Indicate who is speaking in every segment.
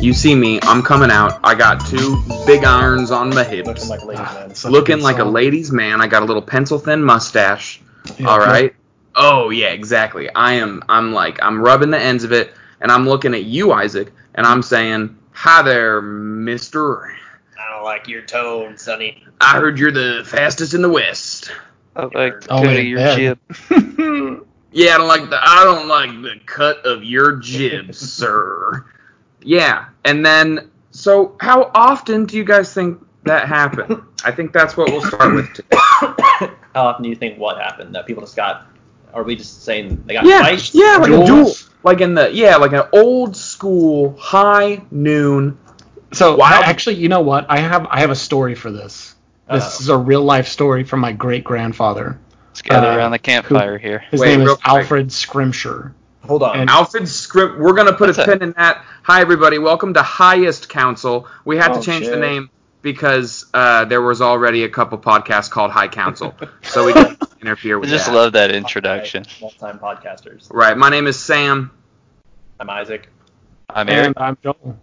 Speaker 1: You see me, I'm coming out. I got two big irons on my hips.
Speaker 2: Looking like a ladies' man. Such a
Speaker 1: Ah, Looking
Speaker 2: good
Speaker 1: like a
Speaker 2: song.
Speaker 1: ladies' man. I got a little pencil thin mustache.
Speaker 2: Yeah,
Speaker 1: all
Speaker 2: yeah.
Speaker 1: right. Oh yeah, exactly. I am. I'm like I'm rubbing the ends of it, and I'm looking at you, Isaac, and I'm saying, "Hi there, Mister.
Speaker 3: I don't like your tone, Sonny.
Speaker 1: I heard you're the fastest in the West.
Speaker 4: I like
Speaker 2: Oh,
Speaker 4: oh,
Speaker 2: wait,
Speaker 4: your
Speaker 2: that-
Speaker 4: jib.
Speaker 1: Yeah, I don't like the I don't like the cut of your jib, sir. Yeah, and then so how often do you guys think that happened? I think that's what we'll start with. Today.
Speaker 3: How often do you think what happened? That people just got? Are we just saying they got
Speaker 1: Yeah,
Speaker 3: fights?
Speaker 1: yeah, like a duel,
Speaker 2: Duels.
Speaker 1: like in the yeah, like an old school high noon
Speaker 2: So
Speaker 1: Wow.
Speaker 2: I- actually, you know what? I have I have a story for this. This
Speaker 3: Uh-oh.
Speaker 2: is a real life story from my great grandfather.
Speaker 4: Let's gather
Speaker 2: Uh,
Speaker 4: around the campfire here.
Speaker 2: His
Speaker 1: Wait,
Speaker 2: name
Speaker 1: real
Speaker 2: is
Speaker 1: quick.
Speaker 2: Alfred Scrimshire.
Speaker 3: Hold on.
Speaker 2: And-
Speaker 1: Alfred Scrim. We're gonna put a
Speaker 4: That's
Speaker 1: pin in that. Hi everybody, welcome to Highest Council. We had
Speaker 3: Oh,
Speaker 1: to change
Speaker 3: shit.
Speaker 1: the name because uh, there was already a couple podcasts called High Council, so we didn't interfere
Speaker 4: I
Speaker 1: with
Speaker 4: just
Speaker 1: that.
Speaker 4: love that introduction.
Speaker 3: Multi-time podcasters.
Speaker 1: right. My name is Sam.
Speaker 3: I'm Isaac.
Speaker 4: I'm Eric.
Speaker 1: Um,
Speaker 2: And I'm Joel.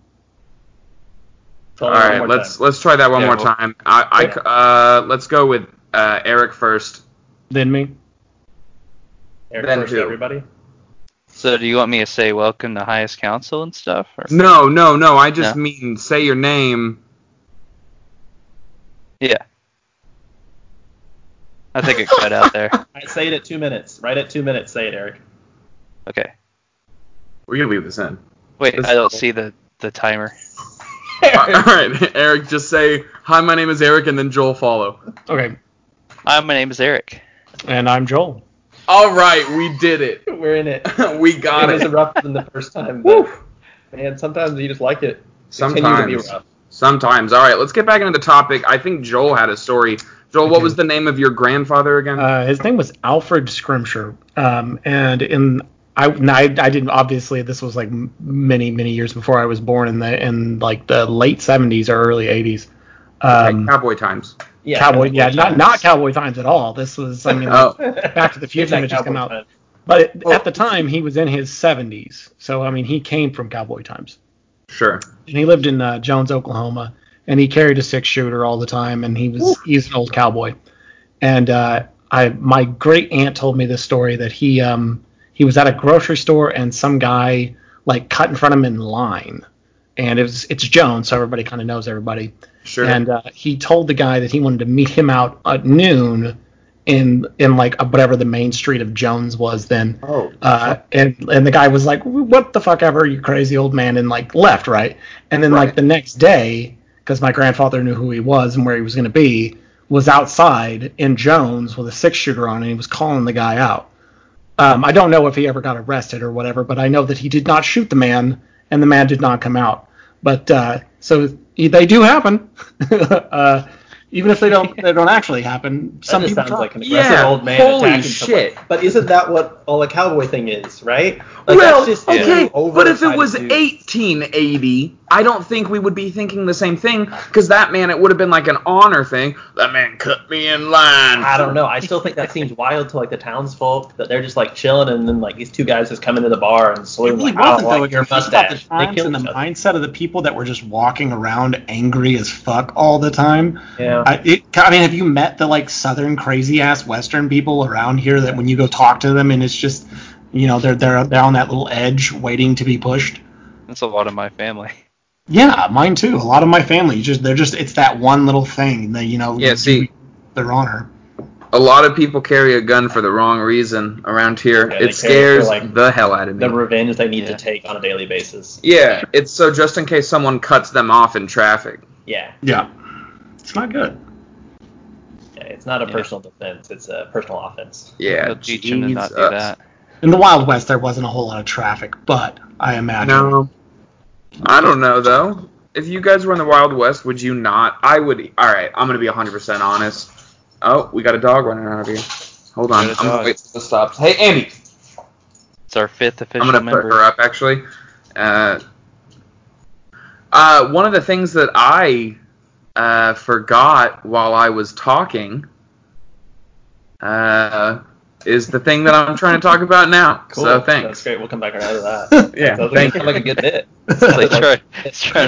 Speaker 3: Tell
Speaker 1: All
Speaker 3: me one
Speaker 1: right,
Speaker 3: more
Speaker 1: let's
Speaker 3: time.
Speaker 1: let's try that one
Speaker 4: Yeah,
Speaker 1: more
Speaker 4: well-
Speaker 1: time. I, I c- uh, let's go with uh, Eric first.
Speaker 2: Then me.
Speaker 3: Eric
Speaker 1: then
Speaker 3: first,
Speaker 1: who?
Speaker 3: everybody.
Speaker 4: So do you want me to say welcome to highest council and stuff? Or?
Speaker 1: No, no, no. I just
Speaker 4: No.
Speaker 1: mean say your name.
Speaker 4: Yeah. I think it cut out there.
Speaker 3: I say it at two minutes. Right at two minutes, say it, Eric.
Speaker 4: Okay.
Speaker 1: We're gonna leave this in.
Speaker 4: Wait,
Speaker 1: This-
Speaker 4: I don't see the, the timer.
Speaker 1: All right, Eric, just say hi. My name is Eric, and then Joel follow.
Speaker 2: Okay.
Speaker 4: Hi, my name is Eric.
Speaker 2: And I'm Joel.
Speaker 1: All right, we did it.
Speaker 3: We're in it.
Speaker 1: we got
Speaker 3: it
Speaker 1: it.
Speaker 3: was rough than the first time. But, man, sometimes you just like it. Continue to be
Speaker 1: Sometimes.
Speaker 3: rough.
Speaker 1: Sometimes. All right, let's get back into the topic. I think Joel had a story. Joel, what
Speaker 2: Okay.
Speaker 1: was the name of your grandfather again?
Speaker 3: Um,
Speaker 2: Uh, his name was Alfred Scrimshire. Um, and in I, no, I I didn't obviously this was like m- many many years before I was born in the in like the late 70s or early 80s.
Speaker 1: Okay,
Speaker 2: Um,
Speaker 1: Cowboy Times.
Speaker 3: Yeah,
Speaker 2: cowboy, yeah, not not cowboy times at all. This was I mean like,
Speaker 1: Oh,
Speaker 2: Back to the Future had just come out. But it-
Speaker 1: Well-
Speaker 2: at the time, he was in his 70s. So, I mean, he came from cowboy times.
Speaker 1: sure.
Speaker 2: And he lived in uh, Jones, Oklahoma. And he carried a six shooter all the time. And he was he's an old cowboy. And uh, I my great aunt told me this story that he um, he was at a grocery store and some guy like cut in front of him in line. And it was it's Jones, so everybody kind of knows everybody.
Speaker 1: Sure.
Speaker 2: And uh, he told the guy that he wanted to meet him out at noon in in like whatever the main street of Jones was then.
Speaker 1: oh.
Speaker 2: Uh, and and the guy was like, "What the fuck ever, you crazy old man," and like left, right. And then
Speaker 1: Right.
Speaker 2: like the next day, because my grandfather knew who he was and where he was going to be, was outside in Jones with a six shooter on, and he was calling the guy out. Um, I don't know if he ever got arrested or whatever, but I know that he did not shoot the man, and the man did not come out. But uh, so they do happen, uh, even if they don't they don't actually happen.
Speaker 3: That
Speaker 2: Some
Speaker 3: just
Speaker 2: people
Speaker 3: sounds
Speaker 2: try.
Speaker 3: like an aggressive
Speaker 1: Yeah,
Speaker 3: old man
Speaker 1: holy
Speaker 3: attacking someone.
Speaker 1: shit.
Speaker 3: But isn't that what all a cowboy thing is, right? Like,
Speaker 1: well,
Speaker 3: that's just
Speaker 1: okay,
Speaker 3: two over
Speaker 1: but if it
Speaker 3: excited
Speaker 1: was
Speaker 3: dudes.
Speaker 1: 1880, I don't think we would be thinking the same thing because that man, it would have been like an honor thing. That man cut me in line.
Speaker 3: I don't know. I still think that seems wild to like the townsfolk that they're just like chilling, and then like these two guys just come into the bar and
Speaker 2: It
Speaker 3: salute
Speaker 2: really
Speaker 3: like, I
Speaker 2: wasn't
Speaker 3: don't
Speaker 2: though.
Speaker 3: like
Speaker 2: If
Speaker 3: your
Speaker 2: you think about the
Speaker 3: mustache. They
Speaker 2: times
Speaker 3: kill
Speaker 2: and the
Speaker 3: each other.
Speaker 2: mindset of the people that were just walking around angry as fuck all the time.
Speaker 3: Yeah.
Speaker 2: I, it, I mean, have you met the like southern crazy ass Western people around here that when you go talk to them and it's just, you know, they're they're they're on that little edge waiting to be pushed.
Speaker 4: That's a lot of my family.
Speaker 2: Yeah, mine too. A lot of my family just they're just it's that one little thing that you know.
Speaker 1: Yeah, see-
Speaker 2: their honor.
Speaker 1: A lot of people carry a gun for the wrong reason around here.
Speaker 3: Yeah, they carry it
Speaker 1: it
Speaker 3: for,
Speaker 1: scares
Speaker 3: like,
Speaker 1: the hell out of me.
Speaker 3: the revenge they need to
Speaker 4: Yeah.
Speaker 3: take on a daily basis.
Speaker 1: yeah, it's so just in case someone cuts them off in traffic.
Speaker 3: Yeah,
Speaker 2: Yeah, it's not good.
Speaker 3: yeah it's not a
Speaker 4: Yeah.
Speaker 3: personal defense; it's a personal offense.
Speaker 1: Yeah, uh,
Speaker 4: They'll teach him to not do
Speaker 1: Jesus.
Speaker 4: that.
Speaker 2: In the Wild West, there wasn't a whole lot of traffic, but I imagine.
Speaker 1: No. I don't know though. If you guys were in the Wild West, would you not? I would. All right, I'm gonna be 100% honest. Oh, we got a dog running around here. Hold on,
Speaker 4: Got a
Speaker 1: I'm gonna
Speaker 4: dog.
Speaker 1: wait till this stops. Hey, Andy,
Speaker 4: It's our fifth
Speaker 1: I'm
Speaker 4: official
Speaker 1: gonna put
Speaker 4: member.
Speaker 1: her up actually. Uh, uh, one of the things that I uh, forgot while I was talking uh, is the thing that I'm trying to talk about now.
Speaker 3: Cool.
Speaker 1: So
Speaker 3: That's
Speaker 1: thanks.
Speaker 3: great. We'll come back around to that.
Speaker 1: Yeah,
Speaker 3: Sounds
Speaker 1: thank
Speaker 3: like, sounds like a good bit.
Speaker 4: They try, trying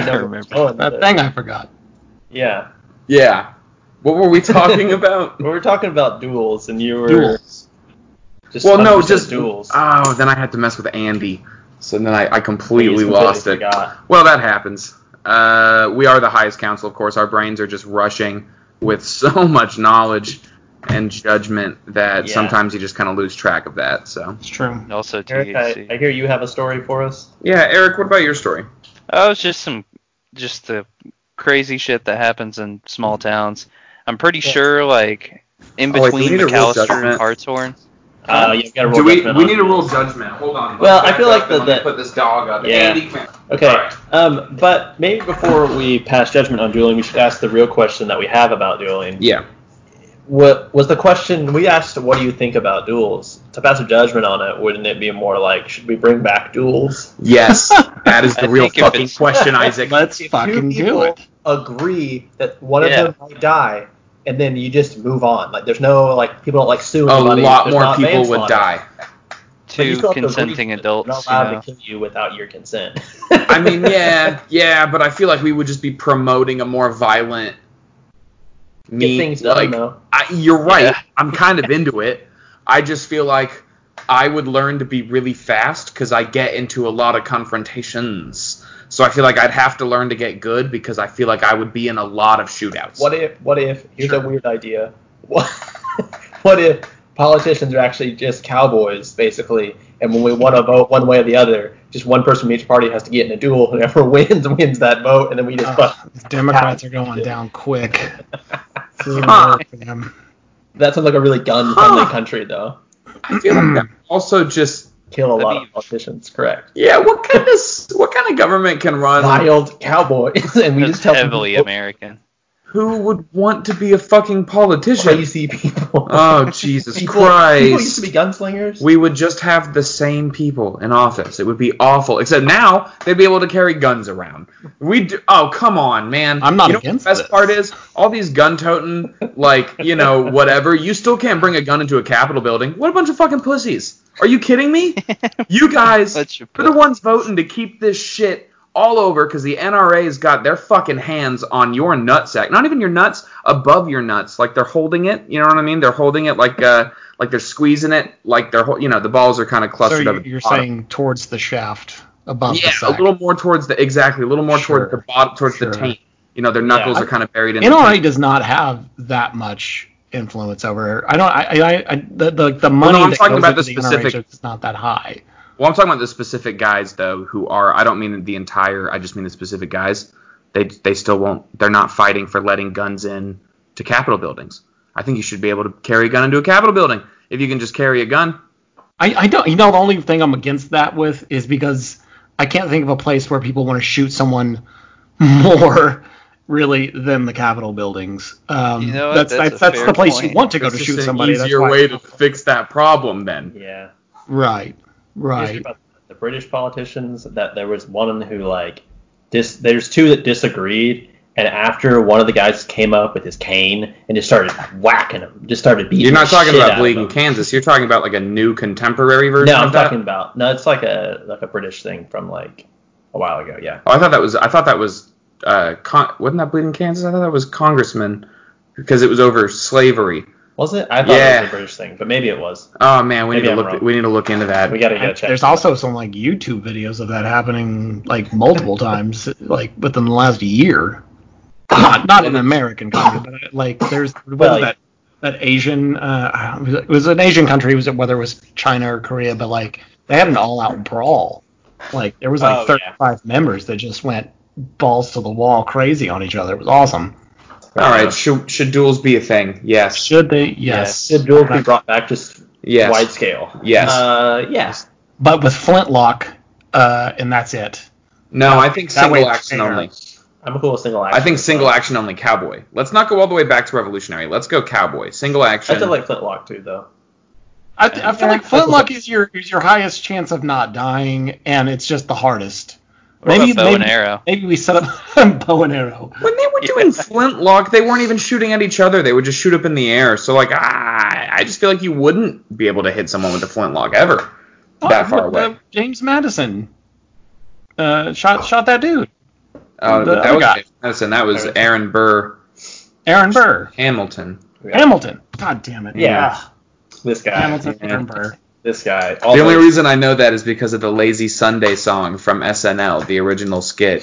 Speaker 4: to
Speaker 3: Number
Speaker 4: remember.
Speaker 1: Oh.
Speaker 3: one,
Speaker 2: That
Speaker 3: but-
Speaker 2: thing I forgot.
Speaker 3: Oh, Yeah.
Speaker 1: Yeah. What were we talking about?
Speaker 3: We were talking about duels, and you were
Speaker 2: Duels.
Speaker 3: just
Speaker 1: well, no,
Speaker 3: 100%
Speaker 1: just
Speaker 3: duels.
Speaker 1: Oh, then I had to mess with Andy. So then I, I
Speaker 3: You
Speaker 1: completely
Speaker 3: just
Speaker 1: lost it.
Speaker 3: forgot.
Speaker 1: Well, that happens. Uh, we are the highest council, of course. Our brains are just rushing with so much knowledge and judgment that
Speaker 3: Yeah.
Speaker 1: sometimes you just kind of lose track of that. So,
Speaker 2: It's true.
Speaker 4: And also
Speaker 3: Eric, I, I
Speaker 4: THC.
Speaker 3: hear you have a story for us.
Speaker 1: yeah, Eric, what about your story?
Speaker 4: Oh, it's just some, just the crazy shit that happens in small towns. I'm pretty
Speaker 3: Mm-hmm. Yeah.
Speaker 4: sure, like, in
Speaker 1: Oh, wait, do we
Speaker 4: between
Speaker 1: need a roll
Speaker 4: McAllister and
Speaker 1: judgment?
Speaker 4: Hartshorn.
Speaker 3: Uh, you've got to roll
Speaker 1: Do we
Speaker 3: judgment
Speaker 1: we
Speaker 3: on
Speaker 1: need a roll
Speaker 3: duels.
Speaker 1: judgment? Hold on.
Speaker 3: Well,
Speaker 1: Let's
Speaker 3: I feel
Speaker 1: back
Speaker 3: like
Speaker 1: up
Speaker 3: the-
Speaker 1: and let me
Speaker 3: the-
Speaker 1: put this dog up.
Speaker 3: Yeah.
Speaker 1: Andy, come here.
Speaker 3: Okay.
Speaker 1: All right.
Speaker 3: Um, but maybe before we pass judgment on dueling, we should ask the real question that we have about dueling.
Speaker 1: Yeah.
Speaker 3: What was the question we asked? What do you think about duels? To pass a judgment on it, wouldn't it be more like, should we bring back duels?
Speaker 1: Yes, that is
Speaker 4: I
Speaker 1: the real
Speaker 4: think if
Speaker 1: fucking
Speaker 4: it's-
Speaker 1: question, Isaac.
Speaker 2: Let's fucking
Speaker 3: Two
Speaker 2: do
Speaker 3: people
Speaker 2: it.
Speaker 3: Agree that one
Speaker 4: Yeah.
Speaker 3: of them might die, and then you just move on. Like there's no like people don't like sue
Speaker 1: A
Speaker 3: anybody.
Speaker 1: lot
Speaker 3: There's
Speaker 1: more
Speaker 3: not
Speaker 1: people would
Speaker 3: manslaughter.
Speaker 1: die.
Speaker 3: But you
Speaker 4: Two
Speaker 3: still have to agree
Speaker 4: consenting
Speaker 3: that they're
Speaker 4: adults.
Speaker 3: Not allowed
Speaker 4: you know.
Speaker 3: to kill you without your consent.
Speaker 1: I mean, yeah, yeah, but I feel like we would just be promoting a more violent.
Speaker 3: Get
Speaker 1: Me,
Speaker 3: things done
Speaker 1: like
Speaker 3: though.
Speaker 1: I, you're right.
Speaker 4: Yeah.
Speaker 1: I'm kind of into it. I just feel like I would learn to be really fast because I get into a lot of confrontations. So I feel like I'd have to learn to get good because I feel like I would be in a lot of shootouts.
Speaker 3: What if? What if? Here's
Speaker 1: Sure.
Speaker 3: a weird idea. What, what if politicians are actually just cowboys, basically? And when we want to vote one way or the other, just one person from each party has to get in a duel. Whoever wins wins that vote, and then we just
Speaker 1: Ah.
Speaker 2: Uh,
Speaker 3: fuck.
Speaker 2: the Democrats are going down quick. This isn't gonna
Speaker 1: Huh.
Speaker 2: work for them.
Speaker 3: That sounds like a really gun-friendly
Speaker 1: Huh.
Speaker 3: country, though.
Speaker 1: I feel like that also just
Speaker 3: Kill a
Speaker 4: That'd
Speaker 3: lot
Speaker 4: be-
Speaker 3: of politicians, correct?
Speaker 1: yeah. What kind of what kind of government can run?
Speaker 3: Wild cowboys, and we
Speaker 4: That's
Speaker 3: just tell
Speaker 4: heavily
Speaker 3: people,
Speaker 4: American.
Speaker 1: Who would want to be a fucking politician?
Speaker 3: crazy people.
Speaker 1: Oh Jesus
Speaker 3: people, People used
Speaker 1: Christ!
Speaker 3: to be gunslingers.
Speaker 1: we would just have the same people in office. It would be awful. Except now they'd be able to carry guns around. We do, oh come on, man.
Speaker 2: I'm not
Speaker 1: you know
Speaker 2: against
Speaker 1: What the best
Speaker 2: this.
Speaker 1: part is all these gun toting, like you know whatever. You still can't bring a gun into a Capitol building. What a bunch of fucking pussies! Are you kidding me? You guys are
Speaker 4: Such a
Speaker 1: the
Speaker 4: puss.
Speaker 1: ones voting to keep this shit all over because the NRA's got their fucking hands on your nutsack. Not even your nuts, above your nuts. Like they're holding it. You know what I mean? They're holding it like uh, like they're squeezing it. Like they're ho- you know the balls are kind of
Speaker 2: So
Speaker 1: clustered up.
Speaker 2: you're,
Speaker 1: at the
Speaker 2: you're
Speaker 1: bottom.
Speaker 2: saying towards the shaft above
Speaker 1: yeah,
Speaker 2: the
Speaker 1: a
Speaker 2: sack.
Speaker 1: little more towards the exactly a little more towards
Speaker 2: Sure.
Speaker 1: the bottom towards
Speaker 2: Sure.
Speaker 1: the taint. You know their knuckles
Speaker 3: Yeah.
Speaker 1: are kind of buried in. the
Speaker 2: NRA
Speaker 1: taint.
Speaker 2: does not have that much influence over. I don't. I. I. I the, the the
Speaker 1: Well,
Speaker 2: money
Speaker 1: no, I'm
Speaker 2: that
Speaker 1: talking
Speaker 2: goes
Speaker 1: about
Speaker 2: into
Speaker 1: the
Speaker 2: the NRA
Speaker 1: specific-
Speaker 2: jokes is not that high.
Speaker 1: Well, I'm talking about the specific guys though, who are I don't mean the entire. I just mean the specific guys. They they still won't. They're not fighting for letting guns in to Capitol buildings. I think you should be able to carry a gun into a Capitol building if you can just carry a gun.
Speaker 2: I, I don't. You know, the only thing I'm against that with is because I can't think of a place where people want to shoot someone more, really, than the Capitol buildings. Um,
Speaker 4: You know what?
Speaker 2: that's
Speaker 4: That's
Speaker 2: that's,
Speaker 4: a
Speaker 2: that's,
Speaker 4: fair
Speaker 2: the place you
Speaker 4: point.
Speaker 2: want to go
Speaker 1: It's
Speaker 2: to
Speaker 1: just
Speaker 2: shoot
Speaker 1: an
Speaker 2: somebody. That's
Speaker 1: easier
Speaker 2: why-
Speaker 1: way to fix that problem then.
Speaker 3: yeah.
Speaker 2: Right.
Speaker 3: Here's
Speaker 2: Right.
Speaker 3: about the British politicians that there was one who like dis there's two that disagreed and after one of the guys came up with his cane and just started whacking him, just started beating.
Speaker 1: You're not
Speaker 3: the
Speaker 1: talking
Speaker 3: shit out
Speaker 1: about
Speaker 3: of
Speaker 1: bleeding
Speaker 3: him.
Speaker 1: Kansas. You're talking about like a new contemporary version.
Speaker 3: No, I'm
Speaker 1: of that?
Speaker 3: talking about no. It's like a like a British thing from like a while ago. Yeah.
Speaker 1: Oh, I thought that was. I thought that was. Uh, con- wasn't that bleeding Kansas? I thought that was congressman because it was over slavery.
Speaker 3: Was it? I thought it
Speaker 1: Yeah.
Speaker 3: was a British thing, but maybe it was.
Speaker 1: Oh man, we
Speaker 3: Maybe
Speaker 1: need to
Speaker 3: I'm
Speaker 1: look.
Speaker 3: wrong.
Speaker 1: We need to look into that.
Speaker 3: We gotta get a check.
Speaker 2: There's also some like YouTube videos of that happening like multiple times, like within the last year. Not not in American country, but uh, like there's what
Speaker 3: Well,
Speaker 2: was that that Asian uh, it was an Asian country. Was it whether it was China or Korea? But like they had an all-out brawl. Like there was like
Speaker 3: Oh, yeah.
Speaker 2: 35 members that just went balls to the wall crazy on each other. It was awesome.
Speaker 1: All
Speaker 3: uh,
Speaker 1: right, should, should duels be a thing? Yes.
Speaker 2: Should they? Yes.
Speaker 3: Should dual be brought back just
Speaker 1: Yes.
Speaker 3: wide scale?
Speaker 1: Yes.
Speaker 3: Uh, yes.
Speaker 2: But with flintlock, uh, and that's it.
Speaker 1: No, I think
Speaker 2: That way
Speaker 1: single
Speaker 2: it's
Speaker 1: action
Speaker 2: fair.
Speaker 1: only.
Speaker 3: I'm cool with single action.
Speaker 1: I think single action only cowboy. Let's not go all the way back to revolutionary. Let's go cowboy. Single
Speaker 3: I
Speaker 1: action.
Speaker 3: still like flintlock too, though.
Speaker 2: I, th- I feel like flintlock is your is your highest chance of not dying, and it's just the hardest.
Speaker 4: What
Speaker 2: Maybe-
Speaker 4: about bow and
Speaker 2: maybe-
Speaker 4: arrow?
Speaker 2: Maybe we set up bow and arrow.
Speaker 1: When they were
Speaker 4: Yeah.
Speaker 1: doing flintlock, they weren't even shooting at each other. They would just shoot up in the air. So like, I, I just feel like you wouldn't be able to hit someone with a flintlock ever that
Speaker 2: Oh,
Speaker 1: far
Speaker 2: look, uh,
Speaker 1: away.
Speaker 2: James Madison uh, shot shot that dude.
Speaker 1: Uh,
Speaker 2: the
Speaker 1: but
Speaker 2: other
Speaker 1: that was
Speaker 2: guy.
Speaker 1: James Madison. That was Aaron Burr
Speaker 2: Aaron Burr,
Speaker 1: Hamilton.
Speaker 2: Hamilton. God damn it.
Speaker 3: Yeah.
Speaker 2: Ah,
Speaker 3: This guy.
Speaker 2: Hamilton,
Speaker 1: yeah.
Speaker 2: Aaron Burr.
Speaker 3: This guy. All
Speaker 1: the only
Speaker 3: those-
Speaker 1: reason I know that is because of the Lazy Sunday song from SNL, the original skit.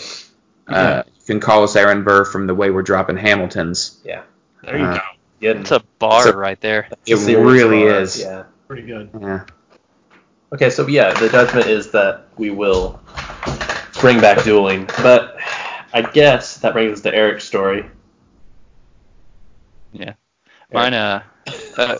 Speaker 1: Uh, you can call us Aaron Burr from the way we're dropping Hamiltons.
Speaker 3: Yeah.
Speaker 2: There you
Speaker 1: Uh,
Speaker 2: go.
Speaker 3: Good.
Speaker 4: It's a bar
Speaker 1: So-
Speaker 4: right there.
Speaker 1: It
Speaker 3: Serious
Speaker 1: really
Speaker 3: bar,
Speaker 1: is.
Speaker 3: Yeah.
Speaker 2: Pretty good.
Speaker 1: Yeah.
Speaker 3: Okay, so yeah, the judgment is that we will bring back dueling, but I guess that brings us to Eric's story.
Speaker 4: Mine, uh, uh,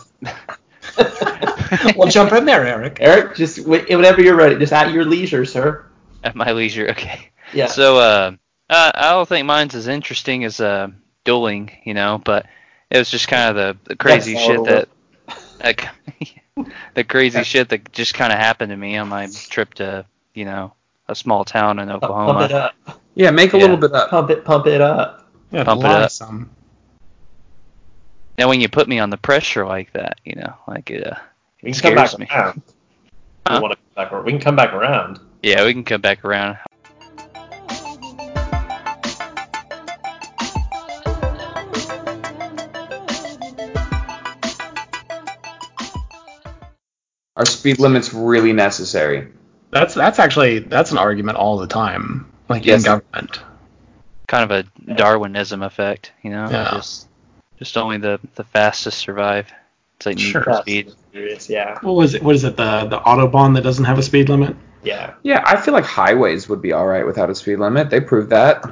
Speaker 2: Well, jump in there, Eric.
Speaker 3: Eric, just wh- whenever you're ready, just at your leisure, sir.
Speaker 4: at my leisure. Okay.
Speaker 3: Yeah.
Speaker 4: So, uh, uh, I don't think mine's as interesting as uh, dueling, you know, but it was just kind of the, the crazy
Speaker 3: That's
Speaker 4: shit
Speaker 3: all
Speaker 4: that, that the crazy
Speaker 3: Yeah.
Speaker 4: shit that just kind of happened to me on my trip to, you know, a small town in
Speaker 2: oh
Speaker 3: pump it
Speaker 4: Oklahoma.
Speaker 3: up.
Speaker 1: Yeah, make a
Speaker 4: Yeah.
Speaker 1: little bit up.
Speaker 3: Pump it. Pump it up.
Speaker 2: Yeah,
Speaker 4: Pump it
Speaker 2: lie
Speaker 4: up.
Speaker 2: some.
Speaker 4: Now, when you put me on the pressure like that, you know, like it, uh,
Speaker 3: We can come
Speaker 4: scares
Speaker 3: back
Speaker 4: me.
Speaker 3: around.
Speaker 4: Huh?
Speaker 3: We, wanna come back, ar- we can come back around.
Speaker 4: yeah, we can come back around.
Speaker 1: Are speed limits really necessary?
Speaker 2: That's that's actually that's an argument all the time, like
Speaker 1: Yes.
Speaker 2: in government.
Speaker 4: Kind of a Darwinism effect, you know,
Speaker 2: Yeah.
Speaker 4: just just only the the fastest survive. It's like Need
Speaker 2: Sure.
Speaker 4: for speed.
Speaker 3: That's serious, Yeah.
Speaker 2: What was it? What is it? The the autobahn that doesn't have a speed limit.
Speaker 3: Yeah.
Speaker 1: Yeah, I feel like highways would be all right without a speed limit. They proved that.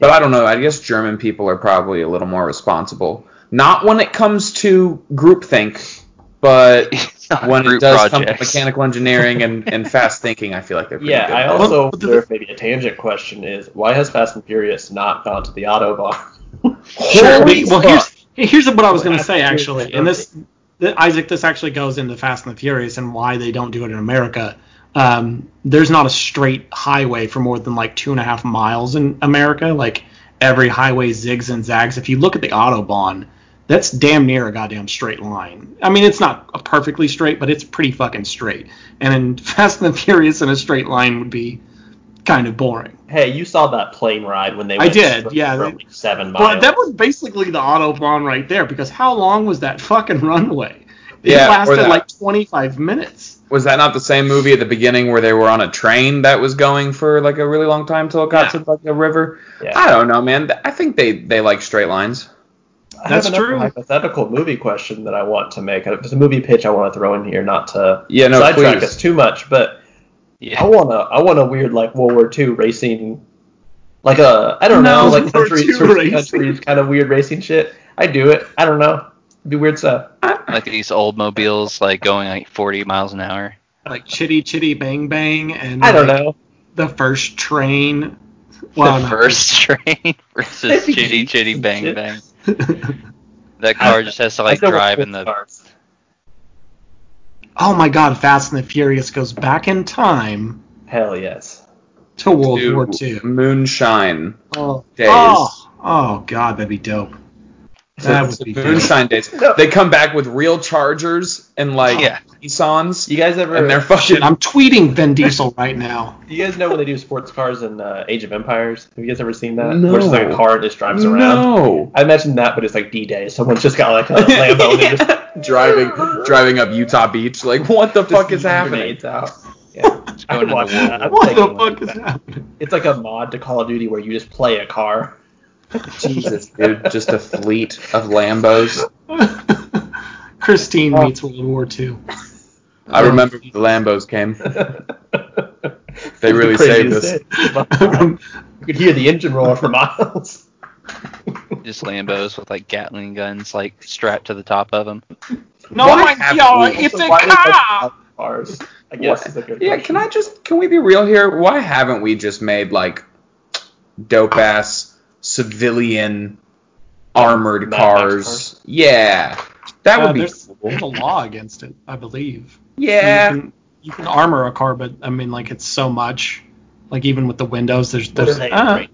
Speaker 1: But I don't know. I guess German people are probably a little more responsible. Not when it comes to groupthink, but
Speaker 4: It's not
Speaker 1: when it
Speaker 4: group
Speaker 1: does come to
Speaker 4: projects.
Speaker 1: mechanical engineering and, and fast thinking, I feel like they're pretty
Speaker 3: Yeah.
Speaker 1: good.
Speaker 3: I
Speaker 1: at it.
Speaker 3: also
Speaker 2: But Oh, the-
Speaker 3: wonder if maybe a tangent question is why has Fast and Furious not gone to the Autobahn?
Speaker 2: Sure.
Speaker 1: Holy
Speaker 2: we- well,
Speaker 1: fuck.
Speaker 2: here's here's what I was going to
Speaker 3: Fast
Speaker 2: say
Speaker 3: and Furious
Speaker 2: actually, and this th- Isaac, this actually goes into Fast and the Furious and why they don't do it in America. Um, there's not a straight highway for more than like two and a half miles in America. Like every highway zigs and zags. If you look at the autobahn, that's damn near a goddamn straight line. I mean, it's not a perfectly straight, but it's pretty fucking straight. And in Fast and the Furious, in a straight line would be kind of boring.
Speaker 3: Hey, you saw that plane ride when they
Speaker 2: I
Speaker 3: went
Speaker 2: did,
Speaker 3: from-
Speaker 2: yeah.
Speaker 3: from like seven miles.
Speaker 2: But that was basically the autobahn right there because how long was that fucking runway? It
Speaker 1: Yeah, or
Speaker 2: lasted
Speaker 1: that.
Speaker 2: like 25 minutes.
Speaker 1: Was that not the same movie at the beginning where they were on a train that was going for like a really long time till it got
Speaker 2: Yeah.
Speaker 1: to like a river?
Speaker 3: Yeah.
Speaker 1: I don't know, man. Th- I think they, they like straight lines.
Speaker 3: I
Speaker 2: That's
Speaker 3: have another
Speaker 2: true.
Speaker 3: Hypothetical movie question that I want to make. It's a movie pitch I want to throw in here, not to
Speaker 1: Yeah, no,
Speaker 3: sidetrack
Speaker 1: please.
Speaker 3: us too much, but I
Speaker 4: Yeah.
Speaker 3: want a I want a weird like World War II racing, like a I don't
Speaker 2: No,
Speaker 3: know like
Speaker 2: World War
Speaker 3: country,
Speaker 2: II
Speaker 3: sort of
Speaker 2: racing.
Speaker 3: country kind of weird racing shit. I do it. I don't know. It'd be weird stuff.
Speaker 4: like these old mobiles like going like 40 miles an hour
Speaker 2: Like chitty chitty bang bang and
Speaker 3: I don't
Speaker 2: like,
Speaker 3: know.
Speaker 2: the first train.
Speaker 4: the
Speaker 2: not-
Speaker 4: first train versus
Speaker 3: That'd be
Speaker 4: chitty chitty
Speaker 3: decent
Speaker 4: bang
Speaker 3: shit.
Speaker 4: bang that car just has to like
Speaker 3: I don't
Speaker 4: drive
Speaker 3: want
Speaker 4: in the
Speaker 3: cars.
Speaker 2: oh my god, Fast and the Furious goes back in time
Speaker 3: Hell yes.
Speaker 2: to World
Speaker 1: Dude,
Speaker 2: War II.
Speaker 1: Moonshine.
Speaker 2: Oh,
Speaker 1: days.
Speaker 2: oh, oh god, that'd be dope. That would be dope.
Speaker 1: Moonshine days.
Speaker 3: No.
Speaker 1: They come back with real Chargers and like
Speaker 4: Yeah.
Speaker 1: Nissans,
Speaker 3: You guys ever?
Speaker 1: and they're fucking.
Speaker 2: Shit, I'm tweeting Vin Diesel right now.
Speaker 3: do you guys know when they do sports cars in uh, Age of Empires? Have you guys ever seen that?
Speaker 1: No.
Speaker 3: Where it's like a car that just drives around.
Speaker 1: no,
Speaker 3: I imagine that, but it's like D Day. Someone's just got like a Lambo and they just
Speaker 1: driving driving up Utah Beach. Like what the fuck is happening?
Speaker 3: grenades Out. Yeah. I
Speaker 4: going
Speaker 3: would
Speaker 4: to
Speaker 3: watch
Speaker 4: the
Speaker 3: that.
Speaker 4: World
Speaker 2: What the
Speaker 4: War.
Speaker 2: fuck is happening?
Speaker 3: It's like a mod to Call of Duty where you just play a car.
Speaker 1: Jesus, dude, just a fleet of Lambos. Oh.
Speaker 2: Christine meets World War II.
Speaker 1: I remember when the Lambos came. They really saved us.
Speaker 3: you could hear the engine roar for miles.
Speaker 4: Just Lambos with like Gatling guns like strapped to the top of them.
Speaker 2: No,
Speaker 1: Why
Speaker 2: my
Speaker 1: have
Speaker 2: God,
Speaker 1: we-
Speaker 2: it's
Speaker 3: So
Speaker 2: a
Speaker 3: why do they have
Speaker 2: car.
Speaker 3: Cars. I guess is a good
Speaker 1: Yeah,
Speaker 3: question.
Speaker 1: can I just can we be real here? Why haven't we just made like dope ass civilian armored
Speaker 3: Mad Max
Speaker 1: cars? Yeah, that
Speaker 2: Uh,
Speaker 1: would be
Speaker 2: there's,
Speaker 1: cool.
Speaker 2: there's a law against it, I believe.
Speaker 1: Yeah,
Speaker 2: Mm-hmm. You can, you can armor a car, but I mean, like it's so much. Like even with the windows, there's
Speaker 5: What are
Speaker 2: there's Ah,
Speaker 5: they?
Speaker 1: Uh,
Speaker 5: afraid?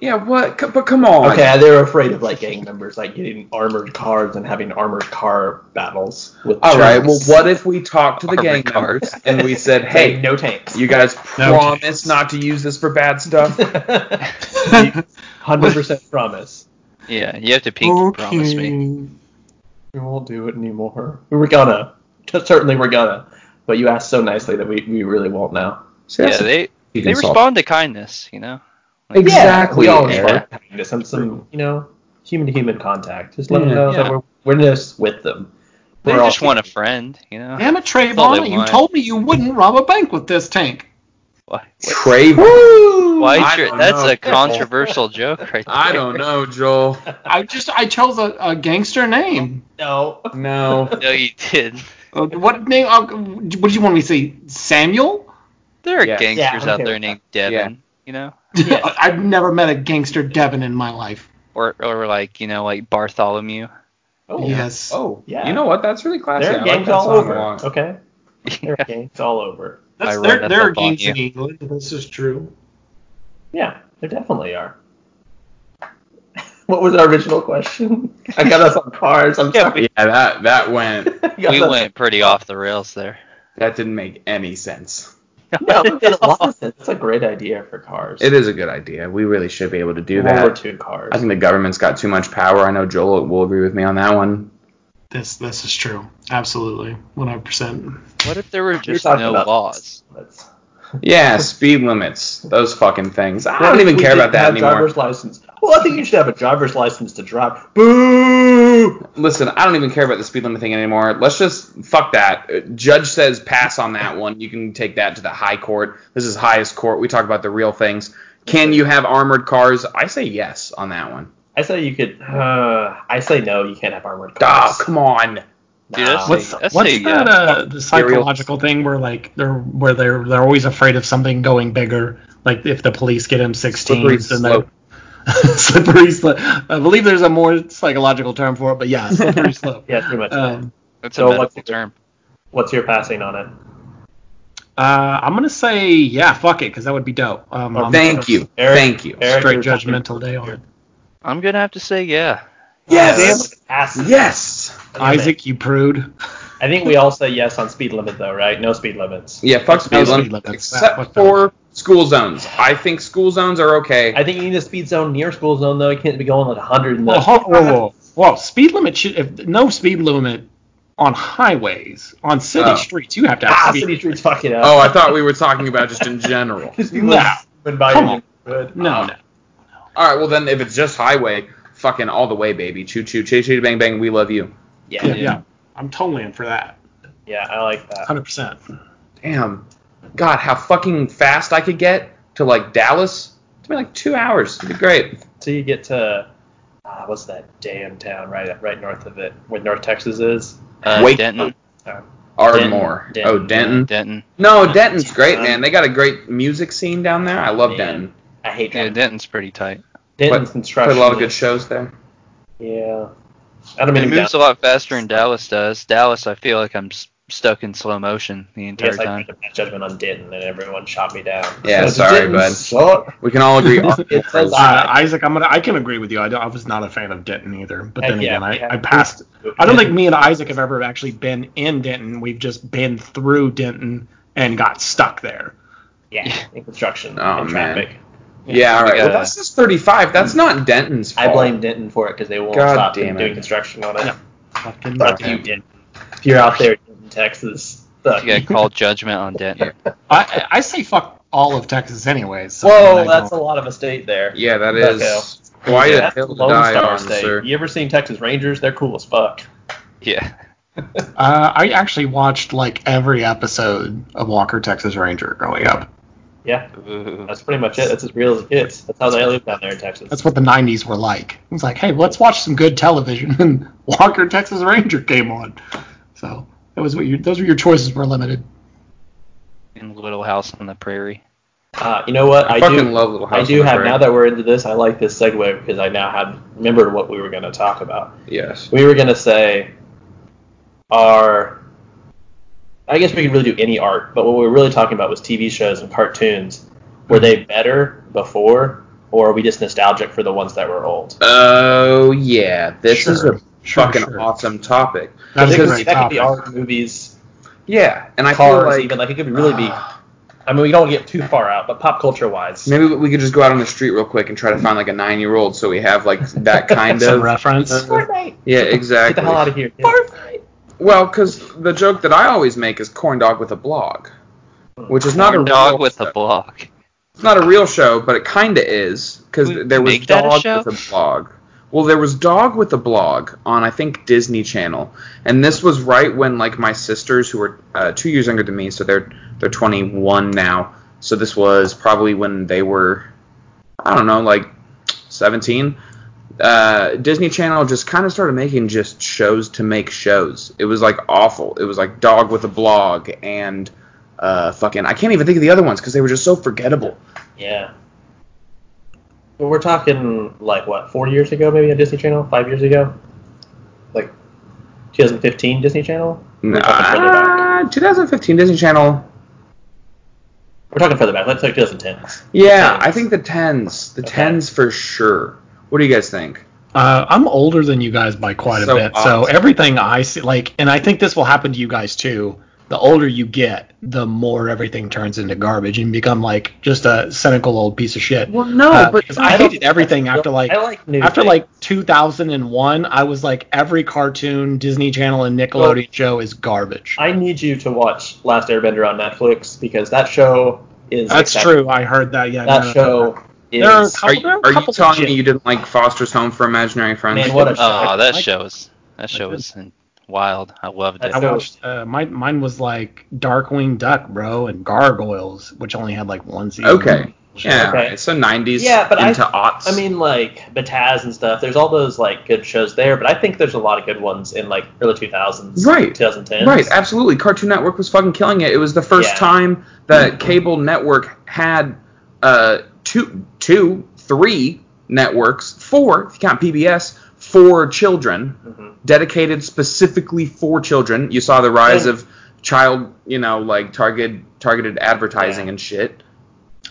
Speaker 1: Yeah, what? C- but come on.
Speaker 3: Okay, they were afraid of like gang members, like getting armored cars and having armored car battles with.
Speaker 1: All right. Well,
Speaker 3: trucks.
Speaker 1: what if we talked to the gang
Speaker 4: Armored cars.
Speaker 1: members and we said,
Speaker 3: Hey,
Speaker 1: "Hey,
Speaker 3: no tanks.
Speaker 1: you guys
Speaker 2: No
Speaker 1: promise
Speaker 2: tanks.
Speaker 1: not to use this for bad stuff."
Speaker 3: Hundred percent promise.
Speaker 4: Yeah, you have to pink promise me.
Speaker 3: We won't do it anymore. We were gonna. Just certainly we're gonna. But you asked so nicely that we, we really won't now.
Speaker 1: See,
Speaker 4: Yeah,
Speaker 1: that's-
Speaker 4: they
Speaker 1: you
Speaker 4: they
Speaker 1: can solve.
Speaker 4: respond to kindness, you know.
Speaker 1: Exactly.
Speaker 3: Yeah, we all
Speaker 1: Eric.
Speaker 3: respond to kindness and some, you know, human to human contact. Just let
Speaker 2: Yeah.
Speaker 3: them know
Speaker 4: Yeah.
Speaker 3: that we're we're just with them.
Speaker 4: They
Speaker 3: We're all
Speaker 4: just want a friend, you know.
Speaker 2: Damn it,
Speaker 4: all they
Speaker 2: Trayvon! You
Speaker 4: want.
Speaker 2: told me you wouldn't rob a bank with this tank.
Speaker 4: Why,
Speaker 1: Trayvon.
Speaker 4: why
Speaker 1: I
Speaker 4: tr-
Speaker 1: don't
Speaker 4: that's
Speaker 1: know.
Speaker 4: a controversial joke right there.
Speaker 1: I don't know, Joel.
Speaker 2: I just I chose a, a gangster name.
Speaker 3: No.
Speaker 1: No.
Speaker 4: No, you did.
Speaker 2: Uh, what name? Uh, what did you want me to say? Samuel?
Speaker 4: There are
Speaker 1: Yeah.
Speaker 4: gangsters
Speaker 3: Yeah,
Speaker 4: out
Speaker 3: okay.
Speaker 4: there named Devin, you know,
Speaker 3: Yeah.
Speaker 2: I've never met a gangster Devin in my life.
Speaker 4: or or like you know like Bartholomew.
Speaker 3: Oh
Speaker 2: yes.
Speaker 1: Oh,
Speaker 3: Yeah.
Speaker 1: You know what? That's really classy.
Speaker 3: There
Speaker 1: I
Speaker 3: are
Speaker 1: like
Speaker 3: games
Speaker 1: that
Speaker 3: all
Speaker 1: song
Speaker 3: over.
Speaker 1: a lot.
Speaker 3: Okay. There are games all over.
Speaker 2: That's,
Speaker 4: I read
Speaker 2: there
Speaker 4: that
Speaker 2: there are
Speaker 4: up on
Speaker 2: gangs
Speaker 4: you.
Speaker 2: in England. This is true.
Speaker 3: Yeah, there definitely are. What was our original question? I got us on cars. I'm sorry.
Speaker 1: Yeah, that that went.
Speaker 3: Got
Speaker 4: we
Speaker 3: us-
Speaker 4: went pretty off the rails there.
Speaker 1: That didn't make any sense.
Speaker 3: No, we did a lot of sense. That's a great idea for cars.
Speaker 1: It is a good idea. We really should be able to do
Speaker 3: World War
Speaker 1: that.
Speaker 3: Two cars.
Speaker 1: I think the government's got too much power. I know Joel will agree with me on that one.
Speaker 2: This this is true. Absolutely, one hundred percent.
Speaker 4: What if there were just
Speaker 3: talking
Speaker 4: no
Speaker 3: about-
Speaker 4: laws?
Speaker 3: That's-
Speaker 1: Yeah, speed limits, those fucking things. I don't even
Speaker 3: We
Speaker 1: care
Speaker 3: didn't
Speaker 1: about that
Speaker 3: have
Speaker 1: anymore.
Speaker 3: Driver's license. Well, I think you should have a driver's license to drive. Boo!
Speaker 1: Listen, I don't even care about the speed limit thing anymore. Let's just fuck that. Uh, Judge says pass on that one. You can take that to the high court. This is highest court. We talk about the real things. Can you have armored cars? I say yes on that one.
Speaker 3: I say you could. Uh, I say no. You can't have armored
Speaker 1: Oh,
Speaker 3: cars.
Speaker 1: come on.
Speaker 4: Dude,
Speaker 3: Nah.
Speaker 4: that's-
Speaker 2: What's
Speaker 4: Let's
Speaker 2: what's
Speaker 4: say,
Speaker 2: that
Speaker 4: uh,
Speaker 2: uh, the psychological thing where like they're where they're they're always afraid of something going bigger. Like if the police get him sixteen,
Speaker 1: Slippery
Speaker 2: then they slippery slope. I believe there's a more psychological term for it, but yeah, slippery slope.
Speaker 3: Yeah, pretty much.
Speaker 2: Um,
Speaker 4: That's
Speaker 3: So
Speaker 4: a
Speaker 3: what's
Speaker 4: medical
Speaker 3: it-
Speaker 4: term.
Speaker 3: What's your passing on it?
Speaker 2: uh, I'm gonna say yeah, fuck it, because that would be dope. Um, I'm
Speaker 1: Oh, Thank you.
Speaker 3: Eric-
Speaker 1: Thank you.
Speaker 3: Eric,
Speaker 2: Straight
Speaker 3: you're talking-
Speaker 2: judgmental day on it.
Speaker 4: I'm gonna have to say yeah.
Speaker 3: Uh,
Speaker 1: Yes.
Speaker 3: Pass.
Speaker 1: Yes.
Speaker 2: Isaac, you prude.
Speaker 3: I think we all say yes on speed limit though, right? No speed limits.
Speaker 1: Yeah, fuck
Speaker 2: No
Speaker 1: speed
Speaker 2: speed
Speaker 1: limits.
Speaker 2: limits.
Speaker 1: Except
Speaker 2: Fuck
Speaker 1: for school zones. I think school zones are okay.
Speaker 3: I think you need a speed zone near school zone though. You can't be going like 100 in the.
Speaker 2: Well, ho- whoa, whoa, whoa! Speed limit should if no speed limit on highways on city
Speaker 1: Oh.
Speaker 2: streets. You have to have
Speaker 3: ah,
Speaker 2: speed.
Speaker 3: city streets fucking up.
Speaker 1: Oh, I thought we were talking about just in general.
Speaker 3: Just
Speaker 2: No.
Speaker 3: went by
Speaker 2: Come
Speaker 3: your
Speaker 2: on.
Speaker 3: neighborhood.
Speaker 2: No, no.
Speaker 1: All right, well then, if it's just highway, fucking all the way, baby. Choo choo, choo choo, bang bang. We love you.
Speaker 3: Yeah,
Speaker 2: Yeah,
Speaker 3: yeah,
Speaker 4: Yeah.
Speaker 2: yeah. I'm totally in for that.
Speaker 3: I like that.
Speaker 2: 100%.
Speaker 1: Damn, God, how fucking fast I could get to like Dallas. It'd be like two hours. It'd be great.
Speaker 3: So you get to ah, what's that damn town right right north of it, where North Texas is. Um,
Speaker 4: Uh,
Speaker 1: Wake
Speaker 4: Denton.
Speaker 1: Ardmore.
Speaker 3: Denton.
Speaker 1: Oh, Denton.
Speaker 4: Denton.
Speaker 1: No, Denton's great, man. They got a great music scene down there. I love
Speaker 3: Yeah.
Speaker 1: Denton.
Speaker 3: I hate
Speaker 4: Yeah,
Speaker 3: that.
Speaker 4: Denton's pretty tight.
Speaker 3: Denton's
Speaker 1: But- Put
Speaker 3: construction.
Speaker 1: a lot of good shows there.
Speaker 3: Yeah. I don't
Speaker 4: It
Speaker 3: mean
Speaker 4: moves
Speaker 3: down-
Speaker 4: a lot faster than Dallas does. Dallas, I feel like I'm s- stuck in slow motion the
Speaker 3: I
Speaker 4: entire
Speaker 3: guess I
Speaker 4: time.
Speaker 3: tried to pass judgment on Denton and everyone shot me down.
Speaker 1: Yeah,
Speaker 3: Because
Speaker 1: sorry,
Speaker 3: Denton
Speaker 1: bud.
Speaker 3: sucked.
Speaker 1: We can all agree. Ardmore
Speaker 3: It's a
Speaker 1: is-
Speaker 3: lot.
Speaker 2: Uh, Isaac, I'm gonna. I can agree with you. I, don't- I was not a fan of Denton either. But
Speaker 3: Heck
Speaker 2: then
Speaker 3: yeah,
Speaker 2: again, I,
Speaker 3: yeah.
Speaker 2: I passed. I don't think me and Isaac have ever actually been in Denton. We've just been through Denton and got stuck there.
Speaker 3: Yeah, in construction
Speaker 1: Oh,
Speaker 3: and
Speaker 1: man.
Speaker 3: traffic.
Speaker 1: Yeah, all right. Well,
Speaker 4: Yeah.
Speaker 1: that's just 35. That's not Denton's fault.
Speaker 3: I blame Denton for it because they won't
Speaker 1: God
Speaker 3: stop
Speaker 1: damn
Speaker 3: doing
Speaker 1: it.
Speaker 3: construction on it.
Speaker 2: Yeah. Fucking
Speaker 3: Fuck
Speaker 1: Okay.
Speaker 3: you, Denton. If you're out there in Texas, fuck
Speaker 4: You gotta call judgment on Denton.
Speaker 2: I, I say fuck all of Texas anyways. So I
Speaker 3: Whoa,
Speaker 2: mean, I
Speaker 3: that's a
Speaker 2: don't-
Speaker 3: lot of a state there.
Speaker 1: Yeah, that
Speaker 3: Fuck
Speaker 1: is
Speaker 3: hell.
Speaker 1: quite
Speaker 3: Yeah,
Speaker 1: a
Speaker 3: that's
Speaker 1: hill to
Speaker 3: Lone
Speaker 1: die
Speaker 3: Star
Speaker 1: on,
Speaker 3: State.
Speaker 1: sir.
Speaker 3: You ever seen Texas Rangers? They're cool as fuck.
Speaker 4: Yeah.
Speaker 2: uh, I actually watched like every episode of Walker Texas Ranger growing up.
Speaker 3: Yeah,
Speaker 4: Ooh.
Speaker 3: that's pretty much it. That's as real as it gets. That's how they live down there in Texas.
Speaker 2: That's what the '90s were like. It was like, hey, let's watch some good television, and Walker Texas Ranger came on. So that was what you. Those were your choices. Were limited.
Speaker 4: In Little House on the Prairie.
Speaker 3: Uh, you know what?
Speaker 1: I,
Speaker 3: I,
Speaker 1: fucking
Speaker 3: do.
Speaker 1: love Little House
Speaker 3: I do
Speaker 1: on the
Speaker 3: have
Speaker 1: Prairie.
Speaker 3: now that we're into this. I like this segue because I now have remembered what we were going to talk about.
Speaker 1: Yes.
Speaker 3: we were gonna say our I guess we could really do any art, but what we were really talking about was TV shows and cartoons Were they better before, or are we just nostalgic for the ones that were old?
Speaker 1: Oh yeah, this is
Speaker 2: Sure,
Speaker 1: a
Speaker 2: sure,
Speaker 1: fucking
Speaker 2: sure.
Speaker 1: awesome topic.
Speaker 2: That is
Speaker 3: They
Speaker 2: a
Speaker 3: could
Speaker 2: great
Speaker 3: be- that could be
Speaker 2: topic.
Speaker 3: art movies,
Speaker 1: Yeah, and I
Speaker 3: cars,
Speaker 1: feel like
Speaker 3: even like it could be really be. I mean, we don't get too far out, but pop culture wise,
Speaker 1: maybe we could just go out on the street real quick and try to find like a nine year old so we have like that kind
Speaker 2: Some
Speaker 1: of
Speaker 2: reference.
Speaker 3: Fortnite.
Speaker 1: yeah
Speaker 3: Get the
Speaker 1: exactly.
Speaker 3: hell out of here. Yeah.
Speaker 1: Fortnite. Well, because the joke that I always make is corn dog with a blog, which is not a
Speaker 4: Corn dog
Speaker 1: real
Speaker 4: with
Speaker 1: show.
Speaker 4: a blog.
Speaker 1: It's not a real show, but it kind of is because
Speaker 4: Would
Speaker 1: there
Speaker 4: you
Speaker 1: was
Speaker 4: make that a
Speaker 1: dog
Speaker 4: show?
Speaker 1: with a blog. Well, there was dog with a blog on I think Disney Channel, and this was right when like my sisters who were uh, two years younger than me, so they're they're 21 now. So this was probably when they were, I don't know, like 17. Uh, Disney Channel just kind of started making just shows to make shows. It was like awful. It was like Dog with a Blog and uh, fucking I can't even think of the other ones because they were just so forgettable.
Speaker 3: Yeah. But we're talking like what, four years ago maybe on Disney Channel? Five years ago? Like 2015 Disney Channel? We're talking further back.
Speaker 1: Uh, 2015 Disney Channel.
Speaker 3: We're talking further back. Let's say 2010s.
Speaker 1: Yeah,
Speaker 3: Tens.
Speaker 1: I think the tens, the
Speaker 3: Okay.
Speaker 1: tens for sure. What do you guys think?
Speaker 2: Uh, I'm older than you guys by quite a
Speaker 1: So
Speaker 2: bit, so
Speaker 1: awesome.
Speaker 2: everything I see, like, and I think this will happen to you guys too. The older you get, the more everything turns into garbage and become like just a cynical old piece of shit.
Speaker 1: Well, no,
Speaker 2: Uh,
Speaker 1: but
Speaker 2: because I
Speaker 3: don't-
Speaker 2: hated everything after like
Speaker 3: I like new
Speaker 2: after
Speaker 3: things.
Speaker 2: like 2001, I was like every cartoon, Disney Channel, and Nickelodeon
Speaker 3: Well-
Speaker 2: show is garbage.
Speaker 3: I need you to watch Last Airbender on Netflix because that show is
Speaker 2: That's
Speaker 3: like, that-
Speaker 2: true. I heard that. Yeah,
Speaker 3: That
Speaker 2: no, no, no.
Speaker 3: show
Speaker 2: There are a
Speaker 3: is
Speaker 2: couple-
Speaker 1: are you,
Speaker 2: there are a
Speaker 1: are you
Speaker 2: couple
Speaker 1: telling
Speaker 2: legit-
Speaker 1: me you didn't like Foster's Home for Imaginary Friends?
Speaker 3: man what a
Speaker 4: Oh,
Speaker 3: show.
Speaker 4: that
Speaker 2: I-
Speaker 4: show was that show
Speaker 2: I
Speaker 4: was wild. I loved
Speaker 3: I
Speaker 4: it.
Speaker 2: I
Speaker 3: So-
Speaker 2: watched uh, mine. Mine was like Darkwing Duck, bro, and Gargoyles, which only had like one season.
Speaker 1: okay, yeah,
Speaker 3: Okay.
Speaker 1: it's so 90s
Speaker 3: Yeah, but I-
Speaker 1: into aughts.
Speaker 3: I mean, like Bataz and stuff. There's all those like good shows there, but I think there's a lot of good ones in like early 2000s,
Speaker 1: Right.
Speaker 3: 2010s.
Speaker 1: Right, absolutely. Cartoon Network was fucking killing it. It was the first
Speaker 3: Yeah.
Speaker 1: time that cable network had uh, two, two, three networks, four if you count PBS, for children,
Speaker 3: Mhm.
Speaker 1: dedicated specifically for children. You saw the rise
Speaker 3: And-
Speaker 1: of child, you know, like targeted targeted advertising and shit.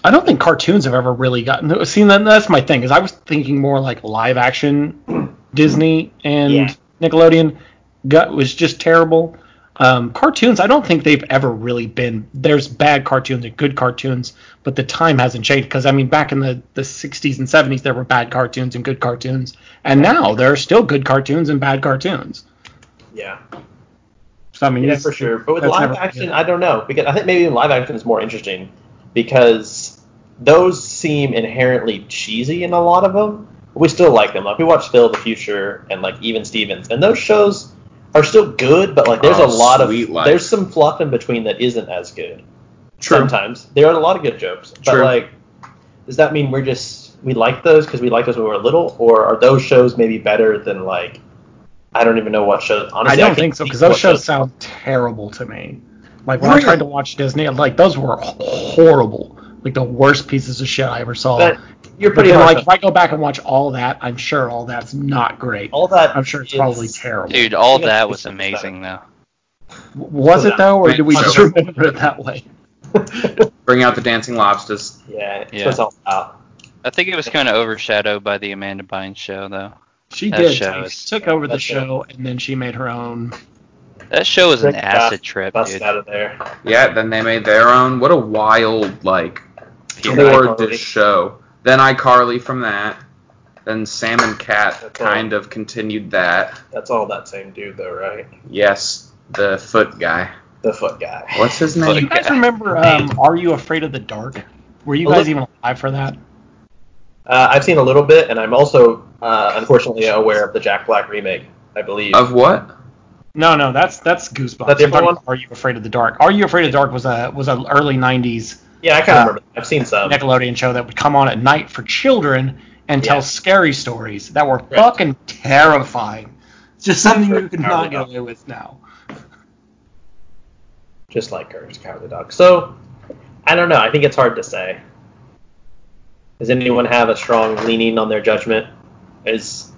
Speaker 2: I don't think cartoons have ever really gotten. See, that, that's my thing. Is I was thinking more like live action, Disney and
Speaker 3: Yeah.
Speaker 2: Nickelodeon. Gut was just terrible. Um, cartoons, I don't think they've ever really been. There's bad cartoons and good cartoons, but the time hasn't changed. Because I mean, back in the the 60s and 70s, there were bad cartoons and good cartoons, and now there are still good cartoons and bad cartoons.
Speaker 3: Yeah.
Speaker 2: So I mean,
Speaker 3: Yeah,
Speaker 2: it's-
Speaker 3: for sure. But with
Speaker 2: that's
Speaker 3: live
Speaker 2: never-
Speaker 3: action, I don't know because I think maybe live action is more interesting because those seem inherently cheesy in a lot of them. But we still like them. Like we watch Phil the Future and like even Stevens, and those shows are still good. But like there's
Speaker 1: Oh,
Speaker 3: a lot of
Speaker 1: Sweet Life.
Speaker 3: there's some fluff in between that isn't as good.
Speaker 1: True.
Speaker 3: Sometimes there are a lot of good jokes, but
Speaker 1: True.
Speaker 3: like, does that mean we're just we like those because we like those when we were little, or are those shows maybe better than like? I don't even know what shows. Honestly,
Speaker 2: I don't
Speaker 3: can't
Speaker 2: think so because
Speaker 3: what
Speaker 2: those shows sound terrible to me. Like when I
Speaker 1: Really?
Speaker 2: tried to watch Disney, like those were horrible, like the worst pieces of shit I ever saw.
Speaker 3: But you're
Speaker 2: But
Speaker 3: pretty
Speaker 2: then,
Speaker 3: much
Speaker 2: like if I go back and watch all that, I'm sure all that's not great.
Speaker 3: All that
Speaker 2: I'm sure it's
Speaker 3: is-
Speaker 2: probably terrible.
Speaker 4: Dude, all
Speaker 3: Yeah,
Speaker 4: that
Speaker 3: it's
Speaker 4: was
Speaker 3: just
Speaker 4: amazing though.
Speaker 2: Was it though, or do we just
Speaker 1: Sure.
Speaker 2: remember it that way?
Speaker 1: Bring out the dancing lobsters.
Speaker 3: yeah, it's
Speaker 4: Yeah.
Speaker 3: what it's all about.
Speaker 4: I think it was kind of overshadowed by the Amanda Bynes show though.
Speaker 2: She
Speaker 4: That
Speaker 2: did.
Speaker 4: show
Speaker 2: She
Speaker 4: is-
Speaker 2: took over the
Speaker 3: that show-
Speaker 2: show, and then she made her own.
Speaker 4: That show was an
Speaker 3: Rick
Speaker 4: acid
Speaker 3: Bass-
Speaker 4: trip,
Speaker 3: Busted
Speaker 4: dude.
Speaker 3: out of there.
Speaker 1: Yeah, then they made their own. What a wild like
Speaker 3: Yeah,
Speaker 1: toward
Speaker 3: iCarly.
Speaker 1: this show. Then iCarly from that. Then Sam and Cat
Speaker 3: That's all.
Speaker 1: kind of continued that.
Speaker 3: That's all that same dude though, right?
Speaker 1: Yes, the foot guy.
Speaker 3: The foot guy.
Speaker 1: What's his
Speaker 2: Do you
Speaker 1: name?
Speaker 4: Foot.
Speaker 2: guys remember? Um, Are you afraid of the dark? Were you
Speaker 3: Well,
Speaker 2: guys
Speaker 3: look-
Speaker 2: even alive for that?
Speaker 3: Uh, I've seen a little bit, and I'm also uh, unfortunately aware of the Jack Black remake. I believe.
Speaker 1: Of what?
Speaker 2: No, no, that's that's Goosebumps.
Speaker 3: That different
Speaker 2: I'm talking
Speaker 3: one?
Speaker 2: about Are you afraid of the dark? Are you afraid of the dark was a was an early '90s
Speaker 3: yeah, I kind
Speaker 2: uh,
Speaker 3: of remember. I've seen some.
Speaker 2: Nickelodeon show that would come on at night for children and tell
Speaker 3: Yeah.
Speaker 2: scary stories that were
Speaker 3: Correct.
Speaker 2: fucking terrifying. Just something you could not get
Speaker 3: Terrible.
Speaker 2: away with now.
Speaker 3: just like Courage the Cowardly Dog. So, I don't know. I think it's hard to say. Does anyone have a strong leaning on their judgment? Is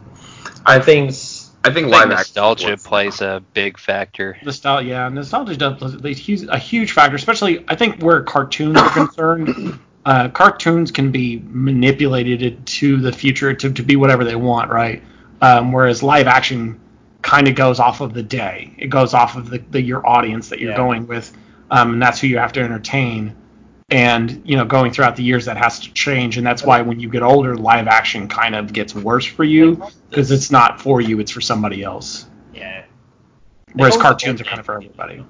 Speaker 1: I
Speaker 3: are
Speaker 1: think
Speaker 3: things
Speaker 1: I think
Speaker 4: I
Speaker 1: live
Speaker 4: think nostalgia
Speaker 1: action.
Speaker 4: plays a big factor.
Speaker 2: Nostalgia, yeah, nostalgia does plays a huge, a huge factor, especially I think where cartoons are concerned. uh, cartoons can be manipulated to the future to, to be whatever they want, right? Um, whereas live action kind of goes off of the day. It goes off of the, the your audience that you're
Speaker 3: Yeah.
Speaker 2: going with, um, and that's who you have to entertain. And you know, going throughout the years, that has to change, and that's why when you get older, live action kind of gets worse for you because it's not for you; it's for somebody else.
Speaker 3: Yeah.
Speaker 2: Whereas
Speaker 3: Oh,
Speaker 2: cartoons are
Speaker 3: okay.
Speaker 2: kind of for everybody.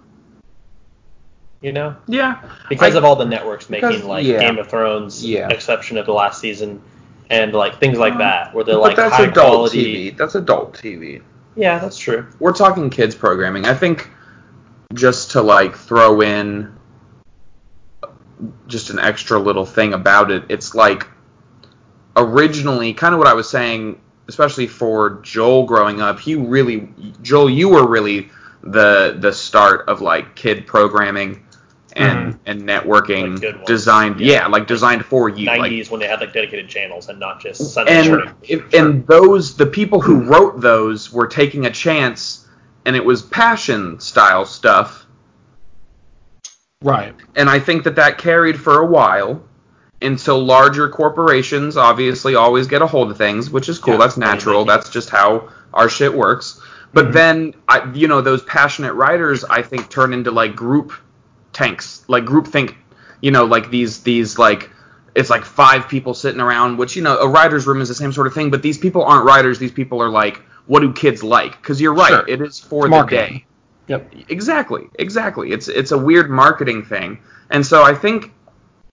Speaker 3: You know,
Speaker 1: Yeah.
Speaker 3: because
Speaker 1: I-
Speaker 3: of all the networks making
Speaker 1: because-
Speaker 3: like
Speaker 1: yeah.
Speaker 3: Game of Thrones,
Speaker 1: Yeah. Uh,
Speaker 3: exception of the last season, and like things like that, where they're
Speaker 1: But
Speaker 3: like
Speaker 1: that's
Speaker 3: high
Speaker 1: adult
Speaker 3: quality.
Speaker 1: TV. That's adult TV.
Speaker 3: Yeah, that's true.
Speaker 1: We're talking kids programming. I think just to like throw in just an extra little thing about it, it's like originally kind of what I was saying, especially for Joel growing up, he really Joel, you were really the the start of like kid programming and and networking
Speaker 3: Like good Mm-hmm. ones.
Speaker 1: designed yeah.
Speaker 3: Yeah.
Speaker 1: like designed for you like
Speaker 3: 90s when they had like dedicated channels and not just Sunday
Speaker 1: and
Speaker 3: morning.
Speaker 1: if, and those the people who wrote those were taking a chance and it was passion style stuff
Speaker 2: Right.
Speaker 1: and i think that that carried for a while until larger corporations obviously always get a hold of things which is cool
Speaker 3: Yeah,
Speaker 1: that's
Speaker 3: I mean,
Speaker 1: natural
Speaker 3: they-
Speaker 1: that's just how our shit works but
Speaker 2: Mhm.
Speaker 1: then I, you know those passionate writers i think turn into like group tanks like group think you know like these these like it's like five people sitting around which you know a writer's room is the same sort of thing but these people aren't writers these people are like what do kids like because you're right
Speaker 2: Sure.
Speaker 1: it is for the day
Speaker 2: Marketing. Yep.
Speaker 1: exactly exactly it's it's a weird marketing thing and so i think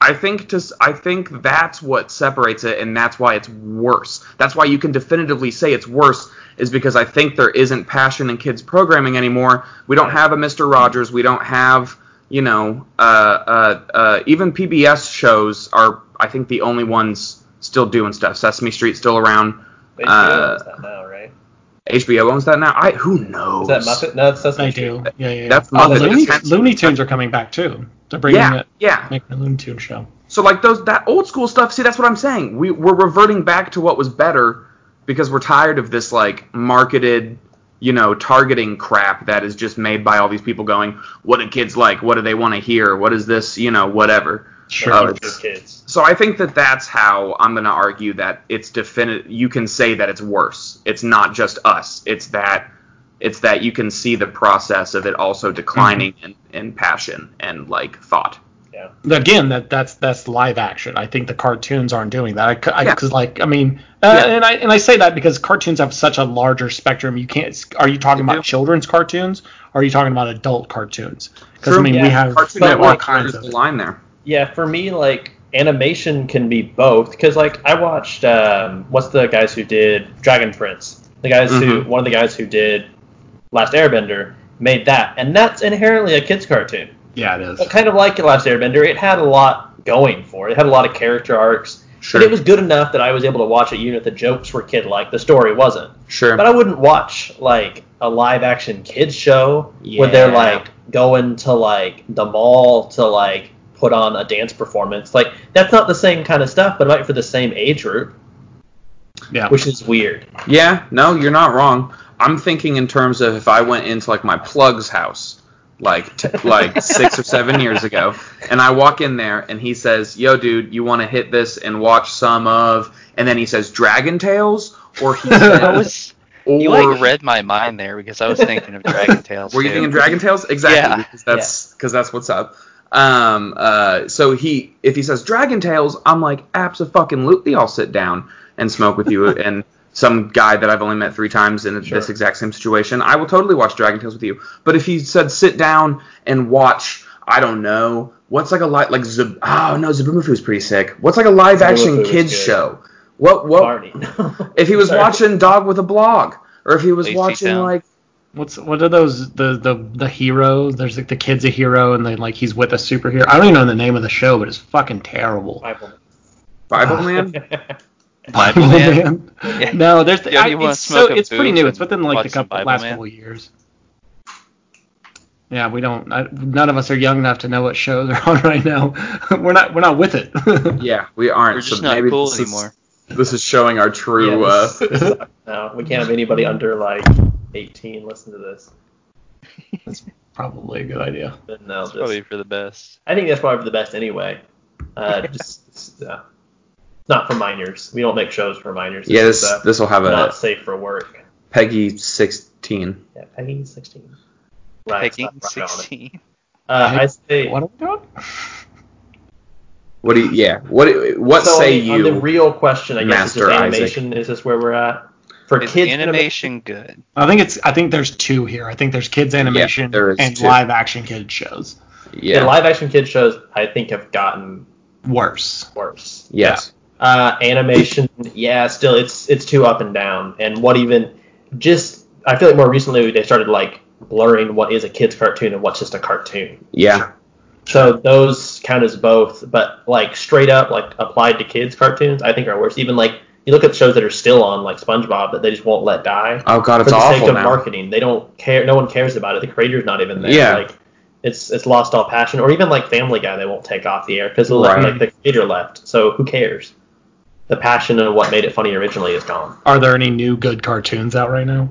Speaker 1: i think to s- i think that's what separates it and that's why it's worse that's why you can definitively say it's worse is because i think there isn't passion in kids programming anymore we don't have a mr rogers we don't have you know uh, uh, uh, even pbs shows are i think the only ones still doing stuff sesame street's still around
Speaker 3: They do
Speaker 1: uh,
Speaker 3: that now, right?
Speaker 1: hbo owns that now i who knows
Speaker 3: Is that Muppet? No, that's Sesame
Speaker 2: I
Speaker 3: Street.
Speaker 2: do. Yeah, yeah. yeah.
Speaker 1: That's
Speaker 2: oh, the
Speaker 1: Muppet
Speaker 2: Looney,
Speaker 1: Expense.
Speaker 2: Looney Tunes are coming back too. They're bringing
Speaker 1: yeah
Speaker 2: it,
Speaker 1: yeah
Speaker 2: making a Looney Tune show.
Speaker 1: So like those that old school stuff. See, that's what I'm saying. We we're reverting back to what was better because we're tired of this like marketed, you know, targeting crap that is just made by all these people going, what do kids like? What do they want to hear? What is this? You know, whatever.
Speaker 2: Sure.
Speaker 1: Oh,
Speaker 3: They're
Speaker 1: it's-
Speaker 3: just kids.
Speaker 1: So I think that that's how I'm going to argue that it's definite. You can say that it's worse. It's not just us. It's that it's that you can see the process of it also
Speaker 2: Mm-hmm.
Speaker 1: declining in, in passion and like thought.
Speaker 3: Yeah.
Speaker 2: Again, that that's that's live action. I think the cartoons aren't doing that. I c- I,
Speaker 1: Yeah.
Speaker 2: cause like I mean, uh,
Speaker 1: Yeah.
Speaker 2: and I and I say that because cartoons have such a larger spectrum. You can't. Are you talking
Speaker 1: They
Speaker 2: about
Speaker 1: do.
Speaker 2: children's cartoons? Or are you talking about adult cartoons? Because I
Speaker 1: True,
Speaker 2: mean, we
Speaker 3: yeah.
Speaker 2: have
Speaker 1: Cartoon
Speaker 3: But,
Speaker 1: Network
Speaker 2: all
Speaker 3: like,
Speaker 2: kinds
Speaker 1: there's
Speaker 2: of.
Speaker 1: the line there.
Speaker 3: Yeah, for me, like animation can be both because like I watched um, what's the guys who did Dragon Prince, the guys who
Speaker 1: Mhm.
Speaker 3: one of the guys who did Last Airbender made that, and that's inherently a kids cartoon.
Speaker 2: Yeah, it is.
Speaker 3: But kind of like Last Airbender, it had a lot going for it. It had a lot of character arcs,
Speaker 1: Sure.
Speaker 3: but it was good enough that I was able to watch it. Even if the jokes were kid like, the story wasn't.
Speaker 1: sure.
Speaker 3: But I wouldn't watch like a live action kids show where they're
Speaker 1: Yeah.
Speaker 3: like going to like the mall to like put on a dance performance. Like that's not the same kind of stuff, but it might be for the same age group,
Speaker 2: Yeah.
Speaker 3: which is weird.
Speaker 1: Yeah, no, you're not wrong. I'm thinking in terms of if I went into like my plug's house, like t- like six or seven years ago, and I walk in there and he says, "Yo, dude, you want to hit this and watch some of?" And then he says, "Dragon Tales," or he
Speaker 4: I
Speaker 1: says,
Speaker 4: was
Speaker 1: "Or
Speaker 4: you like read my mind there because I was thinking of Dragon Tales.
Speaker 1: were you
Speaker 4: too.
Speaker 1: thinking Dragon Tales?" Exactly,
Speaker 4: Yeah.
Speaker 1: because that's because that's what's up. Um, uh, so he if he says Dragon Tales, I'm like, "Absolutely, I'll sit down and smoke with you and." some guy that I've only met three times in
Speaker 3: Sure.
Speaker 1: this exact same situation, I will totally watch Dragon Tales with you. But if he said sit down and watch, I don't know, what's like a live like Zab- oh no, Zabumafu's pretty sick. What's like a live
Speaker 3: Zabumafu
Speaker 1: action
Speaker 3: was
Speaker 1: kids
Speaker 3: good.
Speaker 1: show? What what
Speaker 3: Barney.
Speaker 1: if he was
Speaker 3: Sorry.
Speaker 1: watching Dog with a Blog, or if he was
Speaker 4: Lazy
Speaker 1: watching
Speaker 4: Town.
Speaker 1: like
Speaker 2: What's what are those the the the hero? There's like the kid's a hero, and then like he's with a superhero. I don't even know the name of the show, but it's fucking terrible.
Speaker 3: Bible.
Speaker 1: Bible
Speaker 2: Ah.
Speaker 1: Man?
Speaker 4: Bible Man? Yeah.
Speaker 2: No, there's
Speaker 4: Yeah,
Speaker 2: I,
Speaker 4: you wanna
Speaker 2: it's,
Speaker 4: smoke
Speaker 2: so,
Speaker 4: a
Speaker 2: it's pretty
Speaker 4: booth
Speaker 2: new. It's
Speaker 4: and
Speaker 2: within like the
Speaker 4: watch some
Speaker 2: couple
Speaker 4: Bible
Speaker 2: last
Speaker 4: Man?
Speaker 2: couple years. Yeah, we don't. I, none of us are young enough to know what shows are on right now. we're not. We're not with it.
Speaker 1: Yeah, we aren't.
Speaker 4: We're just
Speaker 1: so
Speaker 4: not
Speaker 1: maybe
Speaker 4: cool
Speaker 1: this is-
Speaker 4: anymore.
Speaker 1: this is showing our true.
Speaker 3: Yeah,
Speaker 1: uh,
Speaker 3: this sucks now. We can't have anybody under like 18 listen to this.
Speaker 2: Probably a good idea.
Speaker 3: But no,
Speaker 4: It's
Speaker 3: just-
Speaker 4: probably for the best.
Speaker 3: I think that's probably the best anyway. Uh, just it's, uh, not for minors. We don't make shows for minors.
Speaker 1: Yeah,
Speaker 3: This
Speaker 1: this
Speaker 3: is, uh,
Speaker 1: this will have a
Speaker 3: not safe for work.
Speaker 1: Peggy 16.
Speaker 3: Yeah, Peggy 16. Right,
Speaker 4: Peggy
Speaker 3: it's not right on it.
Speaker 4: 16.
Speaker 3: Uh, I say.
Speaker 2: What are we doing?
Speaker 1: What do you? Yeah. What do- what
Speaker 3: so
Speaker 1: say
Speaker 3: on, on
Speaker 1: you?
Speaker 3: the real question, I guess, is
Speaker 1: Master
Speaker 3: just animation. Is this where we're at for
Speaker 4: Is
Speaker 3: kids?
Speaker 4: animation good?
Speaker 2: I think it's. I think there's two here. I think there's kids animation
Speaker 1: there is
Speaker 2: and
Speaker 1: two.
Speaker 2: live action kids shows.
Speaker 1: yeah.
Speaker 3: The live action kid shows, I think, have gotten
Speaker 2: Worse.
Speaker 3: worse.
Speaker 1: yes.
Speaker 3: Uh, animation, yeah, still it's it's too up and down. And what even just I feel like more recently they started like blurring what is a kids cartoon and what's just a cartoon.
Speaker 1: Yeah.
Speaker 3: So those count as both, but like straight up like applied to kids cartoons, I think are worse. Even like you look at shows that are still on like SpongeBob that they just won't let die
Speaker 1: Oh God,
Speaker 3: for
Speaker 1: it's
Speaker 3: the sake
Speaker 1: awful
Speaker 3: of
Speaker 1: now.
Speaker 3: marketing. They don't care. No one cares about it. The creator's not even there.
Speaker 1: Yeah.
Speaker 3: Like, it's it's lost all passion. Or even like Family Guy, they won't take off the air because
Speaker 1: Right.
Speaker 3: like the creator left. So who cares? The passion and what made it funny originally is gone.
Speaker 2: Are there any new good cartoons out right now?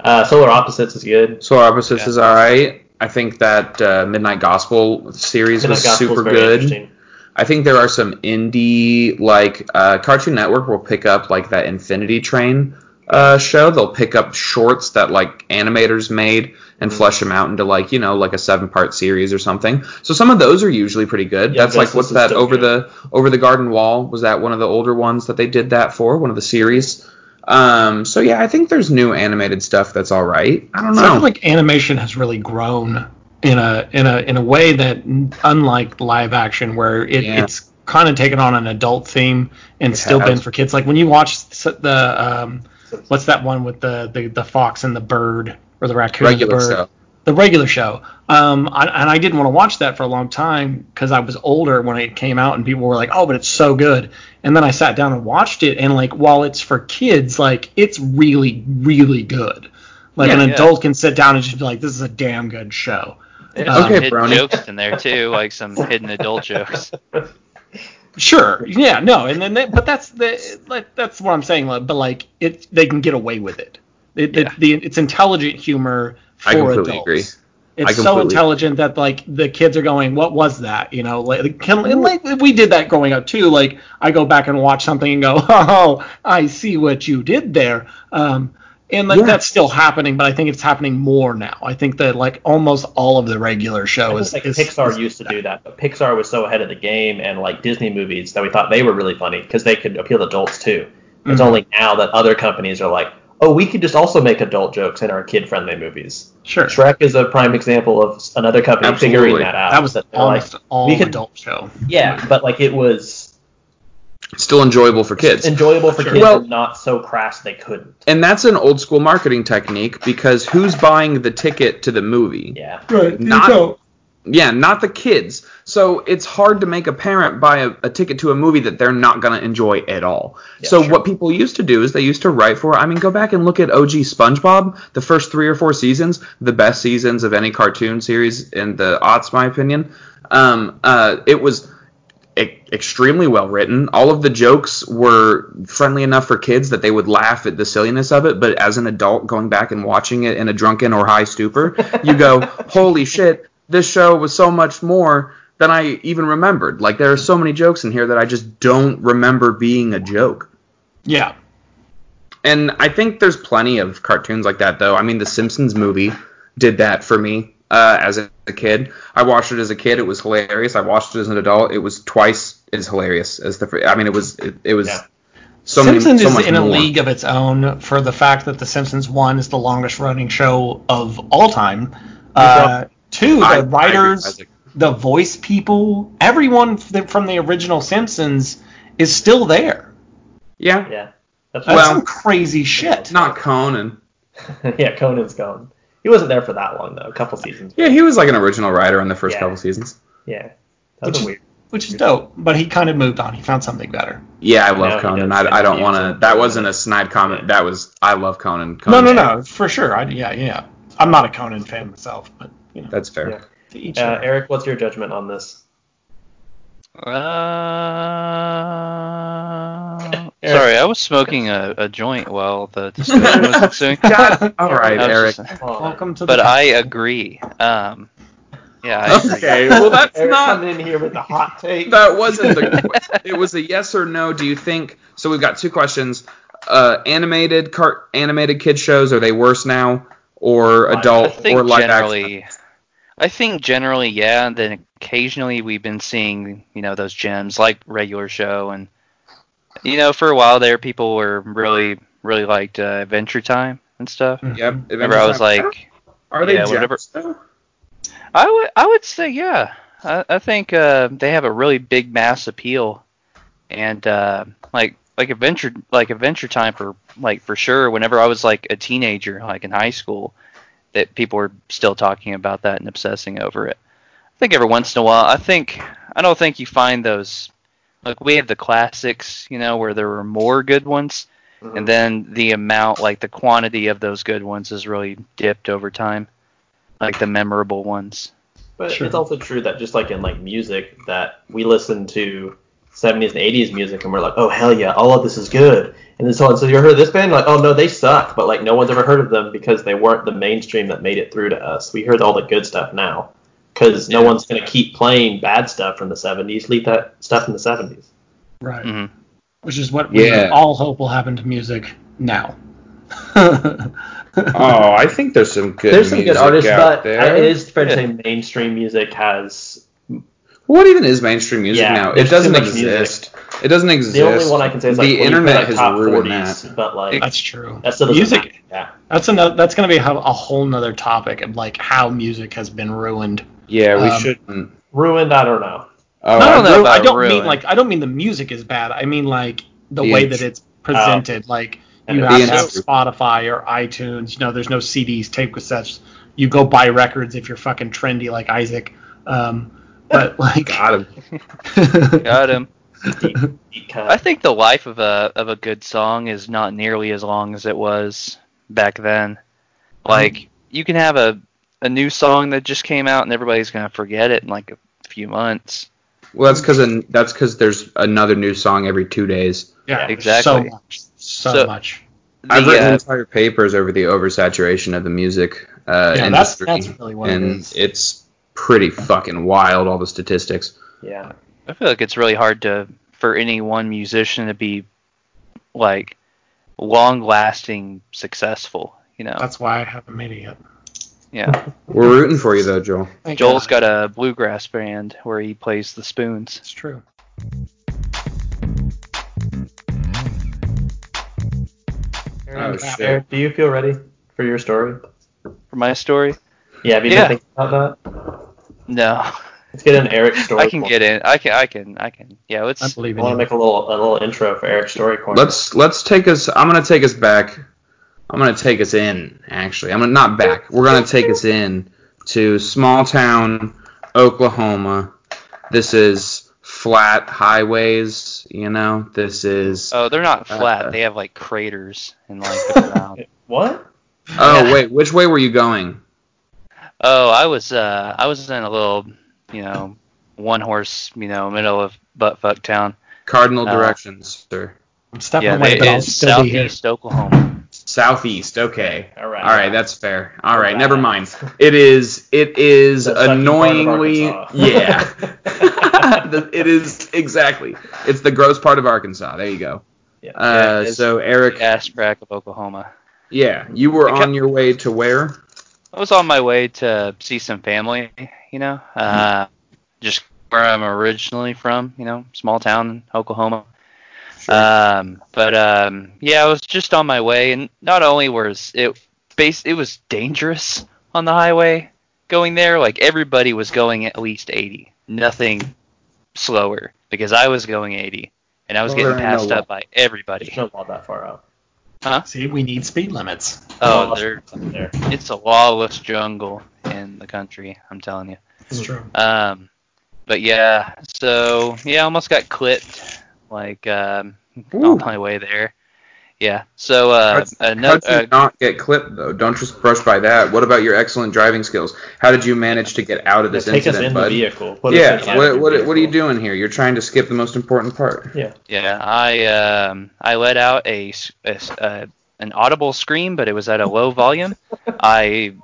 Speaker 3: Uh, Solar Opposites is good.
Speaker 1: So our opposites
Speaker 4: Yeah.
Speaker 1: is all right. I think that uh, Midnight Gospel series
Speaker 3: Midnight
Speaker 1: was
Speaker 3: Gospel's
Speaker 1: super
Speaker 3: very
Speaker 1: good.
Speaker 3: interesting.
Speaker 1: I think there are some indie like uh, Cartoon Network will pick up like that Infinity Train uh, show. They'll pick up shorts that like animators made and
Speaker 3: Mm-hmm.
Speaker 1: flesh them out into like you know like a seven part series or something. So some of those are usually pretty good.
Speaker 3: Yeah,
Speaker 1: That's like
Speaker 3: Justice
Speaker 1: what's
Speaker 3: is
Speaker 1: that
Speaker 3: still
Speaker 1: over
Speaker 3: good.
Speaker 1: the over the Garden Wall was that one of the older ones that they did that for one of the series. Um, so yeah, I think there's new animated stuff that's all right. I don't
Speaker 2: So I feel
Speaker 1: know.
Speaker 2: like animation has really grown in a in a in a way that n- unlike live action where it,
Speaker 1: Yeah.
Speaker 2: it's kind of taken on an adult theme and
Speaker 1: It
Speaker 2: still been
Speaker 1: has.
Speaker 2: for kids. Like when you watch s- the um, what's that one with the, the the fox and the bird or the raccoon and the
Speaker 1: regular
Speaker 2: bird
Speaker 1: stuff.
Speaker 2: the regular show. Um, I, and I didn't want to watch that for a long time because I was older when it came out, and people were like, "Oh, but it's so good." And then I sat down and watched it, and like, while it's for kids, like it's really, really good. Like
Speaker 4: Yeah,
Speaker 2: an
Speaker 4: yeah.
Speaker 2: adult can sit down and just be like, "This is a damn good show."
Speaker 4: There's
Speaker 2: Um,
Speaker 4: some
Speaker 1: Okay,
Speaker 4: hidden
Speaker 1: Brony.
Speaker 4: jokes in there too, like some hidden adult jokes.
Speaker 2: Sure, yeah, no, and then they, but that's the like that's what I'm saying. Like, but like it, they can get away with it. It,
Speaker 4: Yeah.
Speaker 2: it the, it's intelligent humor for
Speaker 1: I completely
Speaker 2: adults.
Speaker 1: agree.
Speaker 2: it's
Speaker 1: I
Speaker 2: so
Speaker 1: completely-
Speaker 2: intelligent that like the kids are going, "What was that?" You know, like, can, and, like we did that growing up too. Like I go back and watch something and go, "Oh, I see what you did there," um, and like
Speaker 1: Yeah.
Speaker 2: that's still happening, but I think it's happening more now. I think that like almost all of the regular
Speaker 3: I
Speaker 2: show
Speaker 3: think,
Speaker 2: is,
Speaker 3: like
Speaker 2: is-
Speaker 3: Pixar
Speaker 2: is-
Speaker 3: used to do that, but Pixar was so ahead of the game and like Disney movies that we thought they were really funny because they could appeal to adults too. It's
Speaker 2: Mhm.
Speaker 3: only now that other companies are like, oh, we could just also make adult jokes in our kid-friendly movies.
Speaker 2: Sure,
Speaker 3: Shrek is a prime example of another company
Speaker 1: Absolutely.
Speaker 3: figuring that out.
Speaker 2: that was
Speaker 3: they're
Speaker 2: almost all
Speaker 3: we could-
Speaker 2: adult show.
Speaker 3: like, yeah, but like it was
Speaker 1: Still enjoyable for kids.
Speaker 3: enjoyable for
Speaker 2: Sure.
Speaker 3: kids,
Speaker 1: Well-
Speaker 3: and not so crass they couldn't.
Speaker 1: And that's an old school marketing technique because who's buying the ticket to the movie?
Speaker 3: Yeah,
Speaker 2: Right,
Speaker 1: Not- adult. Yeah, not the kids. So it's hard to make a parent buy a, a ticket to a movie that they're not going to enjoy at all.
Speaker 3: Yeah,
Speaker 1: so
Speaker 3: sure.
Speaker 1: what people used to do is they used to write for, I mean, go back and look at OG SpongeBob, the first three or four seasons, the best seasons of any cartoon series in the aughts, my opinion. Um, uh, it was e- extremely well written. All of the jokes were friendly enough for kids that they would laugh at the silliness of it, but as an adult going back and watching it in a drunken or high stupor, you go, "Holy shit, this show was so much more than I even remembered." Like there are so many jokes in here that I just don't remember being a joke.
Speaker 2: Yeah,
Speaker 1: And I think there's plenty of cartoons like that, though. I mean, the Simpsons movie did that for me uh, as a a kid. I watched it as a kid; it was hilarious. I watched it as an adult; it was twice as hilarious as the. fir- I mean, it was it, it was
Speaker 3: Yeah.
Speaker 1: so
Speaker 2: Simpsons
Speaker 1: many so
Speaker 2: is
Speaker 1: much
Speaker 2: in
Speaker 1: more.
Speaker 2: a league of its own for the fact that The Simpsons one is the longest running show of all time. Uh, two, the
Speaker 1: I- I agree,
Speaker 2: writers,
Speaker 1: Isaac.
Speaker 2: the voice people, everyone f- from the original Simpsons is still there.
Speaker 1: Yeah,
Speaker 3: yeah, that's
Speaker 2: That's
Speaker 1: Well-
Speaker 2: some crazy shit.
Speaker 1: not Conan.
Speaker 3: yeah. Conan's gone. He wasn't there for that long though. A couple seasons.
Speaker 1: Yeah, he was like an original writer in the first
Speaker 3: Yeah.
Speaker 1: couple seasons.
Speaker 3: Yeah, that
Speaker 2: Which
Speaker 3: was
Speaker 2: is-
Speaker 3: weird.
Speaker 2: Which is dope, but he kind of moved on. He found something better.
Speaker 1: Yeah, I
Speaker 3: No, he
Speaker 1: love Conan.
Speaker 3: does.
Speaker 1: I, I don't
Speaker 3: He
Speaker 1: want
Speaker 3: was
Speaker 1: to.
Speaker 3: a-
Speaker 1: That wasn't a snide comment. That was I love Conan.
Speaker 2: No,
Speaker 1: Conan
Speaker 2: no, no, for sure. I, yeah, yeah. I'm not a Conan fan myself, but you know,
Speaker 1: That's fair.
Speaker 3: Yeah.
Speaker 2: to each
Speaker 3: Uh,
Speaker 2: their-
Speaker 3: Eric, what's your judgment on this?
Speaker 4: Uh, sorry, I was smoking a, a joint while the discussion was ensuing.
Speaker 1: God, all right,
Speaker 4: I was
Speaker 1: Eric.
Speaker 4: just-
Speaker 3: Come on.
Speaker 2: Welcome to the.
Speaker 4: but I agree. Um, Yeah. I agree.
Speaker 1: Okay, well that's
Speaker 3: Eric
Speaker 1: not
Speaker 3: coming in here with the hot take.
Speaker 1: that wasn't the. it was a yes or no. Do you think? So we've got two questions. Uh, animated car, animated kid shows are they worse now or
Speaker 3: Live-
Speaker 4: I
Speaker 1: adult
Speaker 4: think
Speaker 1: or live action?
Speaker 4: generally, I think generally, yeah. And then occasionally we've been seeing, you know, those gems like regular show, and you know, for a while there, people were really, really liked uh, Adventure Time and stuff.
Speaker 1: Yep.
Speaker 4: Remember, I was like,
Speaker 1: are they
Speaker 4: yeah,
Speaker 1: gems,
Speaker 4: whatever.
Speaker 1: though?
Speaker 4: I would, I would say, yeah. I, I think uh, they have a really big mass appeal, and uh, like, like Adventure, like Adventure Time for, like, for sure. Whenever I was like a teenager, like in high school, that people were still talking about that and obsessing over it. I think every once in a while, I think I don't think you find those. Like we had the classics, you know, where there were more good ones, and then the amount, like the quantity of those good ones, is really dipped over time. Like the memorable ones.
Speaker 3: But
Speaker 2: Sure.
Speaker 3: it's also true that just like in like music, that we listen to 70s and 80s music and we're like, oh hell yeah, all of this is good. And then so on. So you heard of this band? Like, oh no, they suck. But like no one's ever heard of them because they weren't the mainstream that made it through to us. We heard all the good stuff now because no one's gonna keep playing bad stuff from the 70s. Leave that stuff from the 70s.
Speaker 2: Right.
Speaker 4: hmm
Speaker 2: Which is what we
Speaker 1: Yeah.
Speaker 2: all hope will happen to music now.
Speaker 1: Oh, I think there's some good.
Speaker 3: There's some good
Speaker 1: music
Speaker 3: artists,
Speaker 1: out
Speaker 3: but
Speaker 1: there.
Speaker 3: it is fair to
Speaker 4: Yeah.
Speaker 3: say mainstream music has
Speaker 1: What even is mainstream music
Speaker 3: Yeah,
Speaker 1: now? It
Speaker 3: there's
Speaker 1: doesn't
Speaker 3: too much music.
Speaker 1: exist. It doesn't exist.
Speaker 3: the only one I can say is like
Speaker 1: the
Speaker 3: when you put,
Speaker 1: internet
Speaker 3: like,
Speaker 1: has
Speaker 3: top
Speaker 1: ruined
Speaker 3: 40s,
Speaker 1: that.
Speaker 3: but like
Speaker 2: That's true.
Speaker 3: that still doesn't
Speaker 2: music.
Speaker 3: matter. Yeah.
Speaker 2: That's another. That's going to be how- a whole nother topic of like how music has been ruined.
Speaker 1: Yeah, we
Speaker 2: Um,
Speaker 1: shouldn't.
Speaker 3: Ruined, I don't know.
Speaker 1: Oh,
Speaker 2: no,
Speaker 1: I-
Speaker 2: no, no.
Speaker 4: know about
Speaker 2: I don't mean
Speaker 4: ruined.
Speaker 2: like I don't mean the music is bad. I mean like the
Speaker 1: The
Speaker 2: way
Speaker 1: int-
Speaker 2: that it's presented.
Speaker 3: Oh.
Speaker 2: like you
Speaker 3: The
Speaker 2: have to have
Speaker 1: intro.
Speaker 2: Spotify or iTunes. You know, there's no CDs, tape cassettes. You go buy records if you're fucking trendy like Isaac. Um, but like,
Speaker 1: got him.
Speaker 4: Got him.
Speaker 3: Because
Speaker 4: I think the life of a of a good song is not nearly as long as it was back then. Like you can have a a new song that just came out and everybody's gonna forget it in like a few months.
Speaker 1: Well, that's because that's because there's another new song every two days.
Speaker 2: yeah, So
Speaker 4: Exactly.
Speaker 2: much, so,
Speaker 4: So-
Speaker 2: much.
Speaker 1: I've
Speaker 4: The,
Speaker 1: written
Speaker 4: uh,
Speaker 1: entire papers over the oversaturation of the music uh,
Speaker 2: Yeah, that's
Speaker 1: industry,
Speaker 2: that's really what it
Speaker 1: and
Speaker 2: is.
Speaker 1: it's pretty fucking wild. All the statistics.
Speaker 3: yeah.
Speaker 4: I feel like it's really hard to for any one musician to be like long lasting successful. You know,
Speaker 2: That's why I haven't made it yet.
Speaker 4: yeah.
Speaker 1: We're rooting for you though, Joel.
Speaker 2: Thank
Speaker 4: Joel's
Speaker 2: God.
Speaker 4: got a bluegrass band where he plays the spoons.
Speaker 2: It's true.
Speaker 1: Oh shit.
Speaker 3: Eric, do you feel ready for your story?
Speaker 4: For my story,
Speaker 3: Yeah, have you
Speaker 4: Yeah.
Speaker 3: been thinking about that?
Speaker 4: no,
Speaker 3: Let's get an Eric story.
Speaker 4: I can get in. I can. I can. I can. Yeah,
Speaker 2: I
Speaker 4: let's.
Speaker 2: believe
Speaker 3: I
Speaker 2: in
Speaker 3: want to
Speaker 2: you.
Speaker 3: make a little a little intro for Eric's story corner.
Speaker 1: Let's let's take us. I'm gonna take us back. I'm gonna take us in. Actually, I'm gonna not back. We're gonna take us in to small town Oklahoma. This is flat highways. You know, this is.
Speaker 4: Oh, they're not flat.
Speaker 1: Uh,
Speaker 4: they have like craters and like the ground.
Speaker 3: what?
Speaker 1: Oh
Speaker 4: yeah.
Speaker 1: wait, which way were you going?
Speaker 4: Oh, I was. Uh, I was in a little, you know, one horse, you know, middle of butt fuck town.
Speaker 1: Cardinal
Speaker 4: Uh,
Speaker 1: directions, sir.
Speaker 2: I'm stepping
Speaker 4: yeah,
Speaker 2: away,
Speaker 4: it
Speaker 2: but I'll
Speaker 4: is
Speaker 2: still be here.
Speaker 4: southeast Oklahoma.
Speaker 1: Southeast. Okay.
Speaker 3: All right.
Speaker 1: All right, that's fair. All right,
Speaker 3: Right.
Speaker 1: never mind. It is. It is
Speaker 3: The sucky part of
Speaker 1: annoyingly.
Speaker 3: Arkansas.
Speaker 1: Yeah. The- it is exactly. It's the gross part of Arkansas. There you go.
Speaker 3: Yeah.
Speaker 1: Uh,
Speaker 4: it's-
Speaker 1: so Eric, yeah.
Speaker 4: Ass crack of Oklahoma.
Speaker 1: you were
Speaker 4: Okay.
Speaker 1: on your way to where?
Speaker 4: I was on my way to see some family, you know,
Speaker 1: Mm-hmm.
Speaker 4: uh, just where I'm originally from, you know, small town in Oklahoma. Um, but um, yeah, I was just on my way, and not only was it base, it was dangerous on the highway going there. Like everybody was going at least 80, nothing slower, because I was going 80, and I was
Speaker 1: Well,
Speaker 4: getting
Speaker 1: there ain't no
Speaker 4: passed
Speaker 1: law.
Speaker 4: up by everybody.
Speaker 3: There's no law that far out.
Speaker 2: See, we need speed limits.
Speaker 4: Oh,
Speaker 3: Law's
Speaker 4: there,
Speaker 3: up there.
Speaker 4: it's a lawless jungle in the country. I'm telling you.
Speaker 2: It's true.
Speaker 4: Um, but yeah, so yeah, I almost got clipped like um,
Speaker 1: Ooh.
Speaker 4: on my way there. Yeah, so uh,
Speaker 1: How'd-
Speaker 4: another
Speaker 1: How'd you
Speaker 4: uh,
Speaker 1: not get clipped though? Don't just brush by that. What about your excellent driving skills? How did you manage to get out of this
Speaker 3: Take us
Speaker 1: incident,
Speaker 3: in
Speaker 1: bud?
Speaker 3: the vehicle. Put us
Speaker 1: yeah.
Speaker 3: inside
Speaker 1: What,
Speaker 3: your
Speaker 1: what, what are you
Speaker 3: vehicle.
Speaker 1: doing here? You're trying to skip the most important part.
Speaker 4: yeah, I um, I let out a, s- a s- a an audible scream, but it was at a low volume. I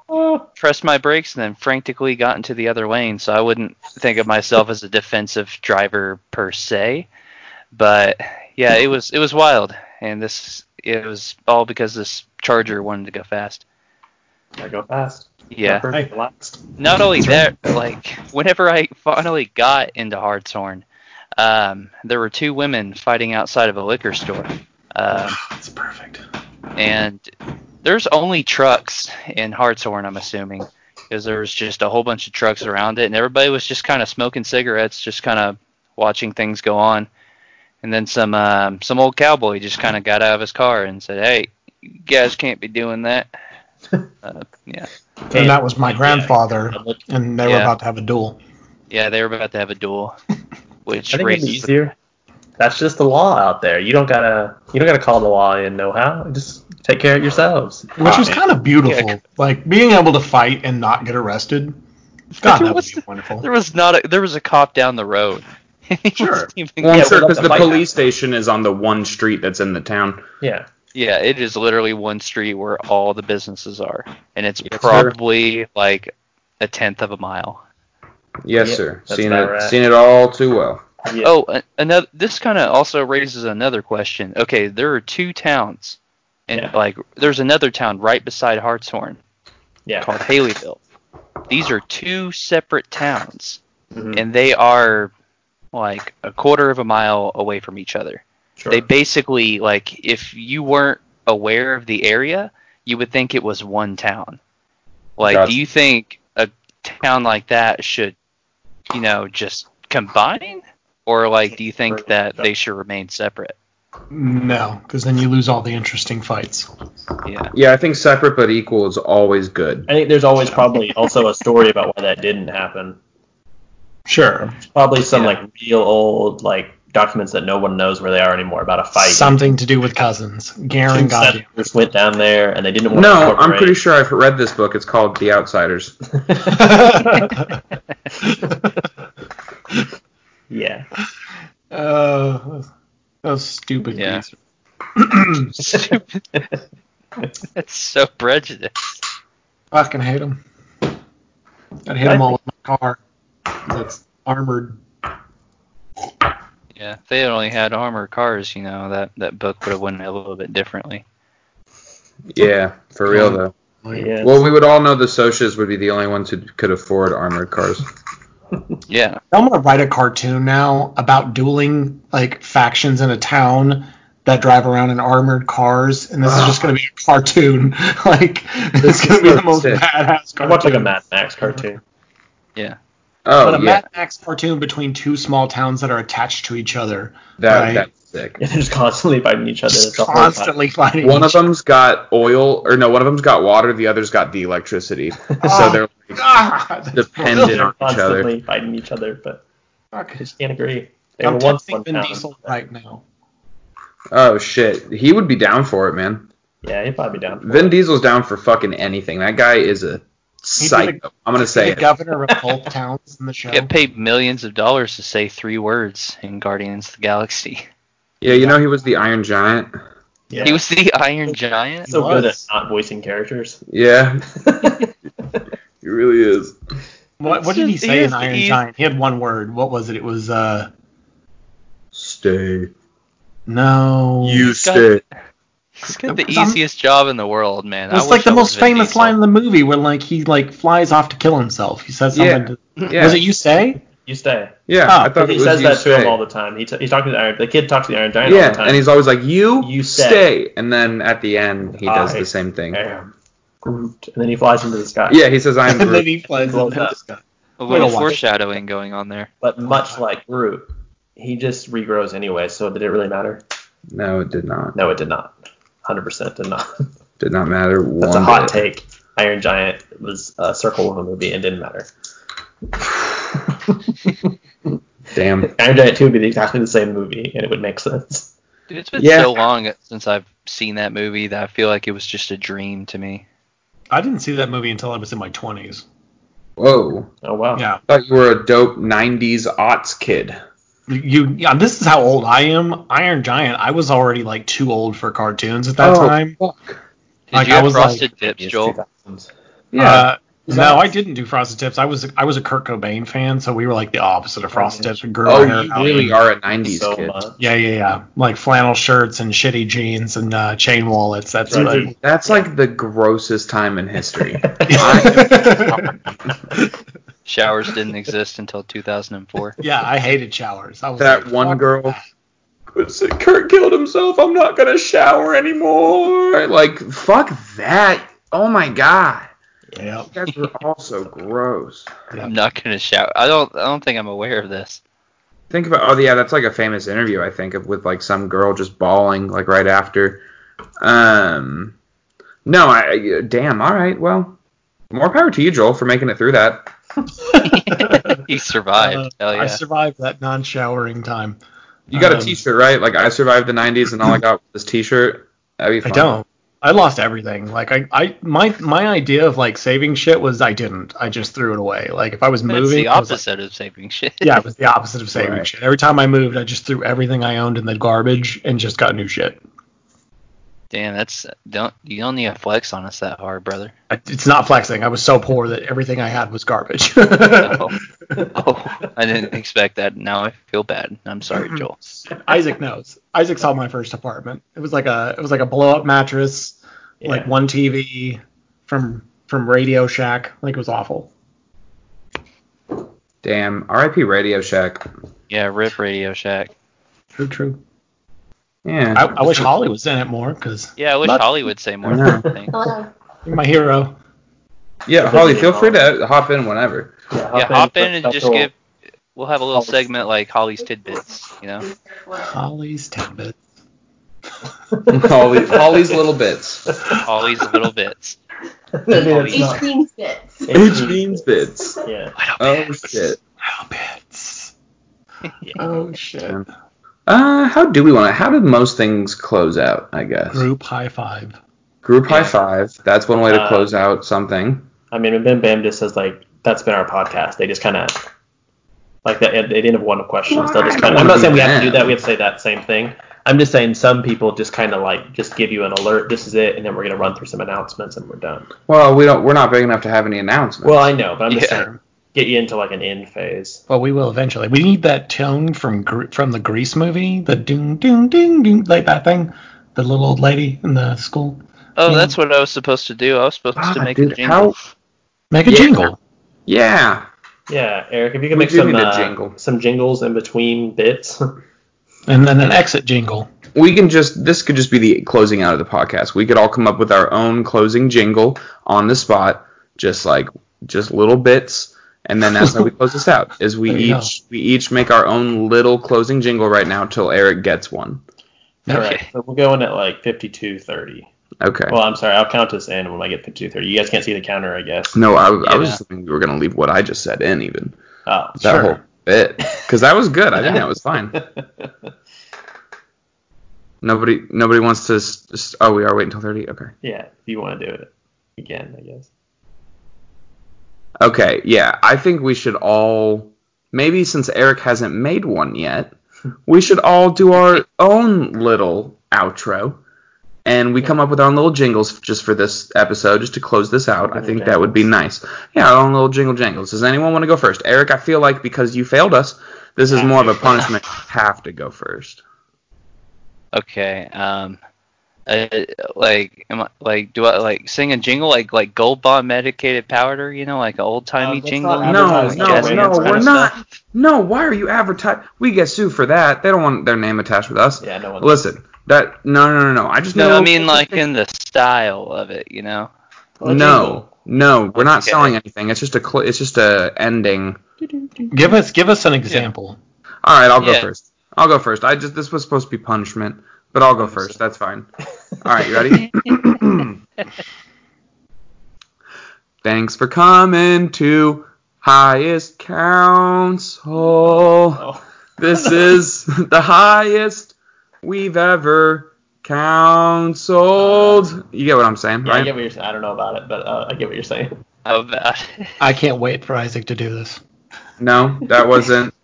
Speaker 4: pressed my brakes and then frantically got into the other lane. So I wouldn't think of myself as a defensive driver per se, but yeah, it was it was wild, and this it was all because this Charger wanted to go fast.
Speaker 3: I go fast.
Speaker 4: Yeah.
Speaker 3: Not perfect, relaxed.
Speaker 4: Not only that, like whenever I finally got into Hartshorn, um, there were two women fighting outside of a liquor store, Um
Speaker 2: That's perfect.
Speaker 4: and there's only trucks in Hartshorn, I'm assuming, because there was just a whole bunch of trucks around it, and everybody was just kind of smoking cigarettes, just kind of watching things go on. And then some um, some old cowboy just kind of got out of his car and said, "Hey, you guys can't be doing that." Uh, yeah.
Speaker 2: And that was my grandfather,
Speaker 3: I'm looking-
Speaker 2: and they were
Speaker 4: Yeah.
Speaker 2: about to have a duel.
Speaker 4: Yeah, they were about to have a duel, which
Speaker 3: I think it's
Speaker 4: raises the-
Speaker 3: easier. That's just the law out there. You don't gotta you don't gotta call the law and know how. Just take care of yourselves.
Speaker 2: Which was kind of beautiful.
Speaker 4: Yeah.
Speaker 2: Like being able to fight and not get arrested. God,
Speaker 4: There
Speaker 2: that would
Speaker 4: was-
Speaker 2: be wonderful.
Speaker 4: There was not a there was a cop down the road. He
Speaker 2: Sure.
Speaker 4: wasn't even-
Speaker 1: Well,
Speaker 3: Yeah,
Speaker 1: I'm sure
Speaker 3: we'll
Speaker 1: because the
Speaker 3: let the bike
Speaker 1: police station is on the one street that's in the town.
Speaker 3: Yeah.
Speaker 4: yeah, it is literally one street where all the businesses are, and it's
Speaker 1: Yes, sir.
Speaker 4: probably like a tenth of a mile.
Speaker 1: Yes,
Speaker 3: Yep,
Speaker 1: sir.
Speaker 3: that's
Speaker 1: Seen it.
Speaker 3: about right.
Speaker 1: Seen it all too well.
Speaker 3: yeah.
Speaker 4: Oh, a- another. This kind of also raises another question. Okay, there are two towns, and
Speaker 3: Yeah.
Speaker 4: like there's another town right beside Hartshorn
Speaker 3: yeah.
Speaker 4: called Haleyville. These are two separate towns,
Speaker 1: Mm-hmm.
Speaker 3: Mhm.
Speaker 4: and they are like a quarter of a mile away from each other.
Speaker 3: Sure.
Speaker 4: They basically like if you weren't aware of the area, you would think it was one town. Like,
Speaker 1: Gotcha.
Speaker 4: do you think a town like that should, you know, just combine, or like, do you think that they should remain separate?
Speaker 2: No, because then you lose all the interesting fights.
Speaker 4: Yeah.
Speaker 1: Yeah, I think separate but equal is always good.
Speaker 3: I think there's always probably also a story about why that didn't happen.
Speaker 2: Sure,
Speaker 3: Probably some
Speaker 4: Yeah.
Speaker 3: like real old like documents that no one knows where they are anymore about a fight.
Speaker 2: something to do with cousins. Garen
Speaker 3: Two
Speaker 2: got you.
Speaker 3: settlers went down there and they didn't want to
Speaker 1: No, I'm pretty sure I've read this book. It's called The Outsiders.
Speaker 3: Yeah.
Speaker 2: uh, those stupid
Speaker 4: Yeah.
Speaker 2: geese.
Speaker 4: Stupid. That's so prejudiced.
Speaker 2: Fucking hate them. I'd hit them all with my car. That's armored.
Speaker 4: Yeah. If they had only had armored cars, you know, that that book would have went a little bit differently.
Speaker 1: Yeah, for real though.
Speaker 2: Like,
Speaker 3: Yeah.
Speaker 1: Well, we would all know the Socias would be the only ones who could afford armored cars.
Speaker 4: Yeah.
Speaker 2: I'm gonna write a cartoon now about dueling like factions in a town that drive around in armored cars, and this is just gonna be a cartoon. like
Speaker 1: This
Speaker 2: it's gonna be
Speaker 1: is
Speaker 2: the most
Speaker 1: sick.
Speaker 2: badass
Speaker 3: I
Speaker 2: cartoon.
Speaker 3: watch like a Mad Max cartoon.
Speaker 2: But
Speaker 1: Oh
Speaker 2: a
Speaker 1: yeah,
Speaker 2: Mad Max cartoon between two small towns that are attached to each other,
Speaker 1: that
Speaker 2: right.
Speaker 1: that's sick.
Speaker 3: Yeah, they're just constantly fighting each other.
Speaker 2: just
Speaker 3: It's a whole time.
Speaker 2: constantly fighting.
Speaker 1: One of
Speaker 2: each-
Speaker 1: them's got oil, or no, one of them's got water. The other's got the electricity. So
Speaker 2: Oh,
Speaker 1: they're like,
Speaker 2: God,
Speaker 1: dependent on each other.
Speaker 3: constantly fighting each other, but
Speaker 2: Fuck.
Speaker 3: I just can't agree. They
Speaker 2: I'm
Speaker 3: were once
Speaker 2: texting
Speaker 3: one
Speaker 2: Vin
Speaker 3: town.
Speaker 2: Diesel right now.
Speaker 1: Oh shit, he would be down for it, man.
Speaker 3: Yeah, he'd probably be down.
Speaker 1: Vin Diesel's down for fucking anything. That guy is a
Speaker 2: did
Speaker 1: psycho. I'm gonna say
Speaker 2: The
Speaker 1: it.
Speaker 2: governor of both towns in the show.
Speaker 4: Get paid millions of dollars to say three words in Guardians of the Galaxy.
Speaker 1: Yeah, you know he was the Iron Giant.
Speaker 3: Yeah.
Speaker 4: He was the Iron Giant.
Speaker 3: so good at
Speaker 2: was.
Speaker 3: not voicing characters.
Speaker 1: Yeah, he really is.
Speaker 2: What, what did he
Speaker 4: He
Speaker 2: say
Speaker 4: is-
Speaker 2: in Iron
Speaker 4: he is-
Speaker 2: Giant? He had one word. What was it? It was uh
Speaker 1: Stay.
Speaker 2: no.
Speaker 1: You
Speaker 4: got-
Speaker 1: stay.
Speaker 4: He's got the
Speaker 2: Because I'm-
Speaker 4: easiest job in the world, man. I
Speaker 2: It's
Speaker 4: wish
Speaker 2: like the
Speaker 4: I
Speaker 2: most
Speaker 4: was Vin
Speaker 2: famous
Speaker 4: Diesel.
Speaker 2: line in the movie when like he like flies off to kill himself. He says something.
Speaker 1: Yeah.
Speaker 2: To,
Speaker 1: Yeah,
Speaker 2: Was it you say?
Speaker 3: You stay.
Speaker 1: yeah.
Speaker 2: Ah,
Speaker 1: I thought
Speaker 3: he
Speaker 1: it was
Speaker 3: says
Speaker 1: you
Speaker 3: that to
Speaker 1: stay.
Speaker 3: him all the time. He t- he's talking to the Iron. The kid talks to the Iron Giant all
Speaker 1: Yeah,
Speaker 3: the time.
Speaker 1: and he's always like, "You,
Speaker 3: You
Speaker 1: stay.
Speaker 3: stay.
Speaker 1: and then at the end he does
Speaker 3: I
Speaker 1: the same thing.
Speaker 3: Damn. Groot. And then he flies into the sky.
Speaker 1: Yeah, he says, "I'm."
Speaker 2: and then
Speaker 1: Groot."
Speaker 2: he flies
Speaker 3: Blows
Speaker 2: into
Speaker 3: up.
Speaker 2: the sky.
Speaker 4: A little
Speaker 2: Wait a while.
Speaker 4: foreshadowing going on there.
Speaker 3: But much like Groot, he just regrows anyway. So did it really matter?
Speaker 1: No, it did not.
Speaker 3: No, it did not. Hundred percent did not.
Speaker 1: Did not matter.
Speaker 3: That's
Speaker 1: one
Speaker 3: a hot
Speaker 1: bit.
Speaker 3: take. Iron Giant was a circle of a movie and didn't matter.
Speaker 1: Damn.
Speaker 3: Iron Giant 2 would be exactly the same movie, and it would make sense.
Speaker 4: Dude, it's been
Speaker 1: Yeah.
Speaker 4: so long since I've seen that movie that I feel like it was just a dream to me.
Speaker 2: I didn't see that movie until I was in my twenties.
Speaker 1: Whoa.
Speaker 3: Oh, wow.
Speaker 2: Yeah.
Speaker 1: Thought you were a dope '90s aughts kid.
Speaker 2: you yeah, this is how old I am. Iron Giant, I was already like too old for cartoons at that
Speaker 1: Oh,
Speaker 2: time.
Speaker 1: Fuck.
Speaker 4: Did
Speaker 2: Like
Speaker 4: you
Speaker 2: I
Speaker 4: have
Speaker 2: was like,
Speaker 4: frosted tips, Joel?
Speaker 1: Yeah.
Speaker 2: uh, no,
Speaker 1: Nice.
Speaker 2: I didn't do Frosted Tips. I was I was a Kurt Cobain fan, so we were like the opposite of Frosted
Speaker 3: yeah.
Speaker 2: Tips. We grew our hair
Speaker 1: oh,
Speaker 2: out.
Speaker 1: you really are a '90s
Speaker 3: so
Speaker 1: kid.
Speaker 3: much.
Speaker 2: Yeah, yeah, yeah. Like flannel shirts and shitty jeans and uh, chain wallets. That's
Speaker 3: Right.
Speaker 2: like-
Speaker 1: That's like the grossest time in history.
Speaker 4: Showers didn't exist until 2004.
Speaker 2: yeah, I hated showers. I was
Speaker 1: that
Speaker 2: like,
Speaker 1: one
Speaker 2: fuck
Speaker 1: girl.
Speaker 2: that.
Speaker 1: Kurt killed himself. I'm not gonna shower anymore. Like fuck that. Oh my god.
Speaker 2: Yep.
Speaker 1: You guys were all so gross.
Speaker 4: I'm not gonna shout. I don't. I don't think I'm aware of this.
Speaker 1: Think about oh yeah, that's like a famous interview I think of with like some girl just bawling like right after. Um, no, I damn. All right, well, more power to you, Joel, for making it through that.
Speaker 4: he survived.
Speaker 2: Uh,
Speaker 4: Hell
Speaker 2: I
Speaker 4: yeah.
Speaker 2: survived that non-showering time.
Speaker 1: You got
Speaker 2: Um,
Speaker 1: a T-shirt, right? Like I survived the '90s, and all I got was this T-shirt. That'd be
Speaker 2: I
Speaker 1: fun.
Speaker 2: don't. I lost everything. Like I, I, my, my idea of like saving shit was I didn't. I just threw it away. Like if I was
Speaker 4: That's
Speaker 2: moving,
Speaker 4: the
Speaker 2: I was like-
Speaker 4: opposite of saving shit.
Speaker 2: yeah, it was the opposite of saving
Speaker 1: Right.
Speaker 2: shit. Every time I moved, I just threw everything I owned in the garbage and just got new shit.
Speaker 4: Damn, that's don't you don't need to flex on us that hard, brother.
Speaker 2: I- It's not flexing. I was so poor that everything I had was garbage.
Speaker 4: Oh, oh I didn't expect that. Now I feel bad.
Speaker 3: Mm-hmm.
Speaker 4: I'm sorry, Joel.
Speaker 2: Isaac knows. Isaac saw my first apartment. It was like a, it was like a blow up mattress, like
Speaker 3: Yeah.
Speaker 2: one TV from from Radio Shack. Like it was awful.
Speaker 1: Damn. R.I.P. Radio Shack.
Speaker 4: Yeah, rip Radio Shack.
Speaker 2: True, true.
Speaker 1: Yeah.
Speaker 2: I, I wish Holly was in it more because
Speaker 4: Yeah, I wish
Speaker 2: Not-
Speaker 4: Holly would say more.
Speaker 1: I know.
Speaker 4: I think.
Speaker 5: Oh,
Speaker 2: you're my hero.
Speaker 1: yeah, Holly, feel free to hop in whenever.
Speaker 4: Yeah, hop in and
Speaker 3: That's
Speaker 4: just
Speaker 3: all.
Speaker 4: give. We'll have a little
Speaker 3: Holly's-
Speaker 4: segment like Holly's tidbits. You know,
Speaker 2: Uh, Holly's tidbit.
Speaker 1: Holly, Holly's little bits.
Speaker 4: Holly's little bits.
Speaker 3: I mean, it's
Speaker 5: H
Speaker 3: not-
Speaker 5: cream fits.
Speaker 1: H means bits.
Speaker 3: Yeah.
Speaker 1: Oh shit.
Speaker 2: Little bits. Oh shit.
Speaker 1: Uh, how do we want to? How do most things close out? I guess group,
Speaker 2: Group high five.
Speaker 1: high five. That's one way to
Speaker 3: Uh,
Speaker 1: close out something.
Speaker 3: I mean, Bim Bam just says like that's been our podcast. They just kind of like that. They didn't have one question. So just
Speaker 1: I
Speaker 3: kind
Speaker 1: don't
Speaker 3: of. I'm
Speaker 1: wanna
Speaker 3: not saying
Speaker 1: be
Speaker 3: we have to do
Speaker 1: them.
Speaker 3: that. We have to say that same thing. I'm just saying some people just kind of like just give you an alert. This is it, and then we're gonna run through some announcements and we're done.
Speaker 1: Well, we don't. We're not big enough to have any announcements.
Speaker 3: Well, I know, but I'm just
Speaker 4: Yeah.
Speaker 3: saying get you into like an end phase.
Speaker 2: Well, we will eventually. We need that tone from Gre- from the Grease movie, the ding ding ding ding, like that thing, the little old lady in the school.
Speaker 4: Oh, that's what I was supposed to do. I was supposed
Speaker 1: Ah,
Speaker 4: to make
Speaker 1: dude,
Speaker 4: a jingle.
Speaker 2: Make a
Speaker 1: Yeah.
Speaker 2: jingle.
Speaker 1: yeah,
Speaker 3: Yeah, Eric, if you can
Speaker 1: We
Speaker 3: make
Speaker 1: do
Speaker 3: some
Speaker 1: need a
Speaker 3: uh,
Speaker 1: jingle.
Speaker 3: some jingles in between bits.
Speaker 2: And then an exit jingle.
Speaker 1: we can just. This could just be the closing out of the podcast. We could all come up with our own closing jingle on the spot, just like just little bits, and then that's how we close this out. Is we
Speaker 2: There you go.
Speaker 1: each we each make our own little closing jingle right now till Eric gets one.
Speaker 3: All right, so we'll go in at like 52:30.
Speaker 1: Okay.
Speaker 3: Well, I'm sorry, I'll count this in when I get 52:30. You guys can't see the counter, I guess.
Speaker 1: no, I, I was
Speaker 4: Yeah.
Speaker 1: just thinking we were gonna leave what I just said in even.
Speaker 3: Oh,
Speaker 1: that
Speaker 2: Sure.
Speaker 1: whole bit because that was good. I think that was fine. Nobody, nobody wants to. s s- oh, we are waiting until thirty. Okay.
Speaker 3: yeah, if you want to do it again, I guess.
Speaker 1: Okay. Yeah, I think we should all maybe since Eric hasn't made one yet, we should all do our own little outro, and we come up with our own little jingles just for this episode, just to close this out. I think that would be nice. Yeah, our own little jingle jangles. Does anyone want to go first? Eric, I feel like because you failed us, this is more of a punishment. Have to go first.
Speaker 4: Okay. Um, uh, like, am I, like, do I like sing a jingle like like Gold Bond medicated powder? You know, like an old
Speaker 3: Um,
Speaker 4: timey
Speaker 3: let's
Speaker 4: jingle.
Speaker 3: not
Speaker 1: No,
Speaker 3: advertise
Speaker 1: no,
Speaker 3: jazz
Speaker 1: no,
Speaker 3: bands,
Speaker 1: we're
Speaker 3: kinda
Speaker 1: not. No, why are you advertising? We get sued for that. They don't want their name attached with us.
Speaker 3: Yeah, no one.
Speaker 1: Listen, that no, no, no, no. I just
Speaker 4: No,
Speaker 1: know.
Speaker 4: I mean like in the style of it. You know.
Speaker 3: Well,
Speaker 1: no, no, we're not
Speaker 4: Okay.
Speaker 1: selling anything. It's just a, cl- it's just a ending.
Speaker 2: Give us give us an example.
Speaker 1: All right, I'll go
Speaker 4: Yeah.
Speaker 1: first. I'll go first. I just this was supposed to be punishment, but I'll go first. That's fine. All right, you ready? Thanks for coming to highest council.
Speaker 3: Oh.
Speaker 1: This is the highest we've ever counseled. You get what I'm saying,
Speaker 3: Yeah, I
Speaker 1: right?
Speaker 3: get what you're saying. I don't know about it, but uh, I get what you're saying.
Speaker 4: How about
Speaker 2: I can't wait for Isaac to do this.
Speaker 1: No, that wasn't.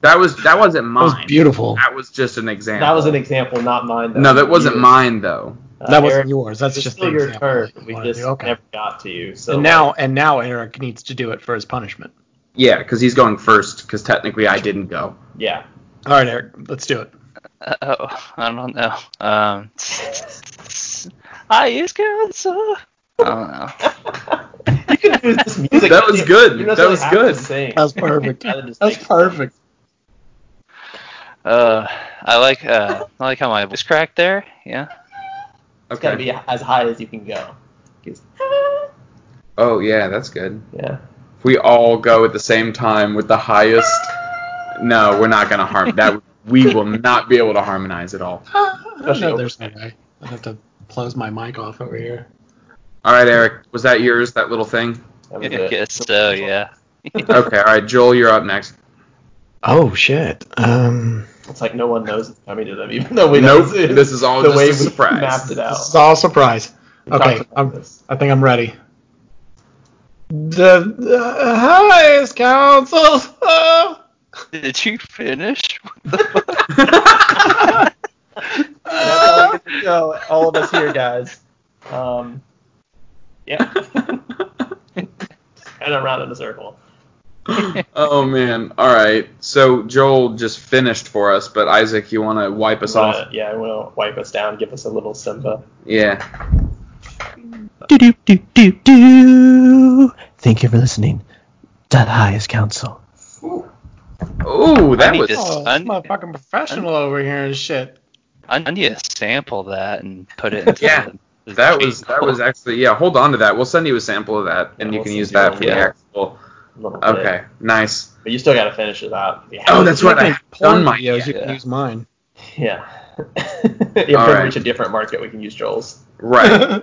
Speaker 1: That was that wasn't
Speaker 2: That
Speaker 1: mine.
Speaker 2: was beautiful.
Speaker 1: That was just an example.
Speaker 3: That was an example, not mine. Though.
Speaker 1: no, that wasn't
Speaker 3: You-
Speaker 1: mine though.
Speaker 3: uh,
Speaker 2: That wasn't
Speaker 3: Eric,
Speaker 2: yours. That's
Speaker 3: it's
Speaker 2: just
Speaker 3: still
Speaker 2: the
Speaker 3: your
Speaker 2: example
Speaker 3: turn.
Speaker 2: you
Speaker 3: We
Speaker 2: wanted to
Speaker 3: just
Speaker 2: do. Okay.
Speaker 3: never got to you. So
Speaker 2: and now and now Eric needs to do it for his punishment.
Speaker 1: Yeah, because he's going first. Because technically, I didn't go.
Speaker 3: yeah,
Speaker 2: All right, Eric, let's do it.
Speaker 4: Oh, I don't know. Um, I is gonna suck. I don't know.
Speaker 3: you can use this music.
Speaker 1: That was
Speaker 3: You-
Speaker 1: good.
Speaker 3: you
Speaker 1: That
Speaker 3: necessarily
Speaker 1: was
Speaker 3: have to
Speaker 1: good.
Speaker 3: sing.
Speaker 2: That was perfect.
Speaker 3: Rather
Speaker 2: that
Speaker 3: than just
Speaker 2: was
Speaker 3: sing.
Speaker 2: perfect.
Speaker 4: Uh, I like uh, I like how my voice cracked there. Yeah.
Speaker 3: It's gotta
Speaker 1: Okay.
Speaker 3: be as high as you can go. 'Cause-
Speaker 1: oh yeah, that's good.
Speaker 3: Yeah.
Speaker 1: If we all go at the same time with the highest, no, we're not gonna harm that. We will not be able to harmonize at all.
Speaker 2: I
Speaker 3: Especially
Speaker 2: know there's no way. I have to close my mic off over here.
Speaker 1: All right, Eric, was that yours? That little thing?
Speaker 3: That was
Speaker 4: I
Speaker 3: good.
Speaker 4: guess so. Yeah.
Speaker 1: Okay. All right, Joel, you're up next.
Speaker 5: Oh shit. Um,
Speaker 3: It's like no one knows it's coming to them, even though we
Speaker 1: nope.
Speaker 3: know it's-
Speaker 1: This is all
Speaker 3: the
Speaker 1: just
Speaker 3: way
Speaker 1: a
Speaker 3: we
Speaker 1: surprise.
Speaker 3: mapped it out.
Speaker 2: This is all surprise.
Speaker 3: We talked
Speaker 2: Okay,
Speaker 3: about
Speaker 2: I'm,
Speaker 3: this.
Speaker 2: I think I'm ready. The, the highest council. of-
Speaker 4: Did you finish? What the fuck?
Speaker 3: And that's all we can go, all of us here, guys. Um, yeah. and around in a circle.
Speaker 1: oh man. All right. So Joel just finished for us, but Isaac, you want to wipe us
Speaker 3: Uh,
Speaker 1: off?
Speaker 3: yeah, we'll wipe us down, give us a little Simba.
Speaker 1: Yeah.
Speaker 5: do do do do do. Thank you for listening. That highest council.
Speaker 1: Ooh, that
Speaker 4: need
Speaker 1: was.
Speaker 4: to s-
Speaker 2: Oh,
Speaker 4: un-
Speaker 2: my fucking professional over here and shit.
Speaker 4: I need to sample that and put it. Into
Speaker 1: Yeah,
Speaker 4: the-
Speaker 1: That was that was actually yeah. Hold on to that. We'll send you a sample of that, and
Speaker 3: Yeah,
Speaker 1: you
Speaker 3: we'll
Speaker 1: can
Speaker 3: send
Speaker 1: use
Speaker 3: you
Speaker 1: that
Speaker 3: a
Speaker 1: for the
Speaker 3: link.
Speaker 1: actual.
Speaker 3: a little bit.
Speaker 1: Okay, nice.
Speaker 3: But you still got to finish it out. Yeah.
Speaker 1: Oh, that's
Speaker 2: You
Speaker 1: right.
Speaker 2: have
Speaker 1: I
Speaker 2: any
Speaker 1: haven't done mine
Speaker 2: videos.
Speaker 1: yet.
Speaker 2: You can
Speaker 4: Yeah.
Speaker 2: use mine.
Speaker 3: Yeah. if we
Speaker 1: All right.
Speaker 3: reach a different market, we can use Joel's.
Speaker 1: Right.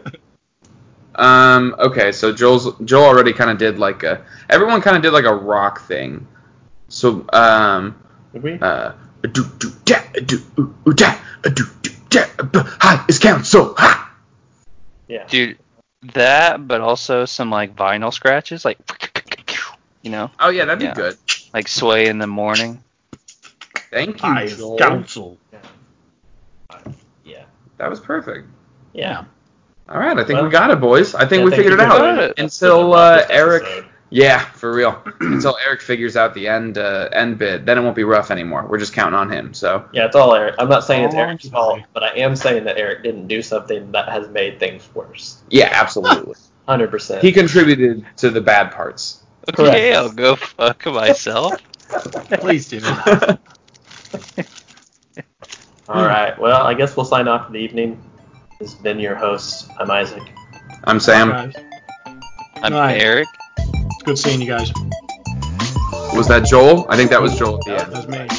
Speaker 1: um. Okay. So Joel's Joel already kind of did like a. Everyone kind of did like a rock thing. So um.
Speaker 3: Did we?
Speaker 1: Uh, do do da do ooh, da do do da b- high is council. Ha!
Speaker 3: yeah.
Speaker 4: dude. That, but also some like vinyl scratches, like you know,
Speaker 1: Oh yeah, that'd be
Speaker 4: Yeah.
Speaker 1: good.
Speaker 4: like sway in the morning.
Speaker 1: Thank you,
Speaker 2: Highest
Speaker 1: Joel.
Speaker 2: council.
Speaker 3: Yeah.
Speaker 1: That was perfect.
Speaker 3: Yeah.
Speaker 1: All right, I think we
Speaker 3: Well,
Speaker 1: got it, boys. I think
Speaker 3: Yeah,
Speaker 1: we
Speaker 3: thank
Speaker 1: figured it
Speaker 3: you for
Speaker 1: out.
Speaker 3: doing it. That's
Speaker 1: Until
Speaker 3: the-
Speaker 1: uh,
Speaker 3: this
Speaker 1: Eric,
Speaker 3: episode.
Speaker 1: yeah, for real. Until Eric figures out the end uh, end bid, then it won't be rough anymore. We're just counting on him. So
Speaker 3: Yeah, it's all Eric. I'm not saying it's
Speaker 2: All
Speaker 3: Eric's
Speaker 2: right.
Speaker 3: fault, but I am saying that Eric didn't do something that has made things worse.
Speaker 1: yeah, absolutely.
Speaker 3: Hundred percent.
Speaker 1: he contributed to the bad parts.
Speaker 3: Correct.
Speaker 4: Okay, I'll go fuck myself.
Speaker 2: Please do.
Speaker 3: All right. Well, I guess we'll sign off for the evening. This has been your host. I'm Isaac.
Speaker 1: I'm Sam.
Speaker 2: Guys,
Speaker 4: I'm
Speaker 2: Right.
Speaker 4: Eric.
Speaker 2: it's good seeing you guys.
Speaker 1: Was that Joel? I think that was Joel at the
Speaker 2: That
Speaker 1: end.
Speaker 2: was me.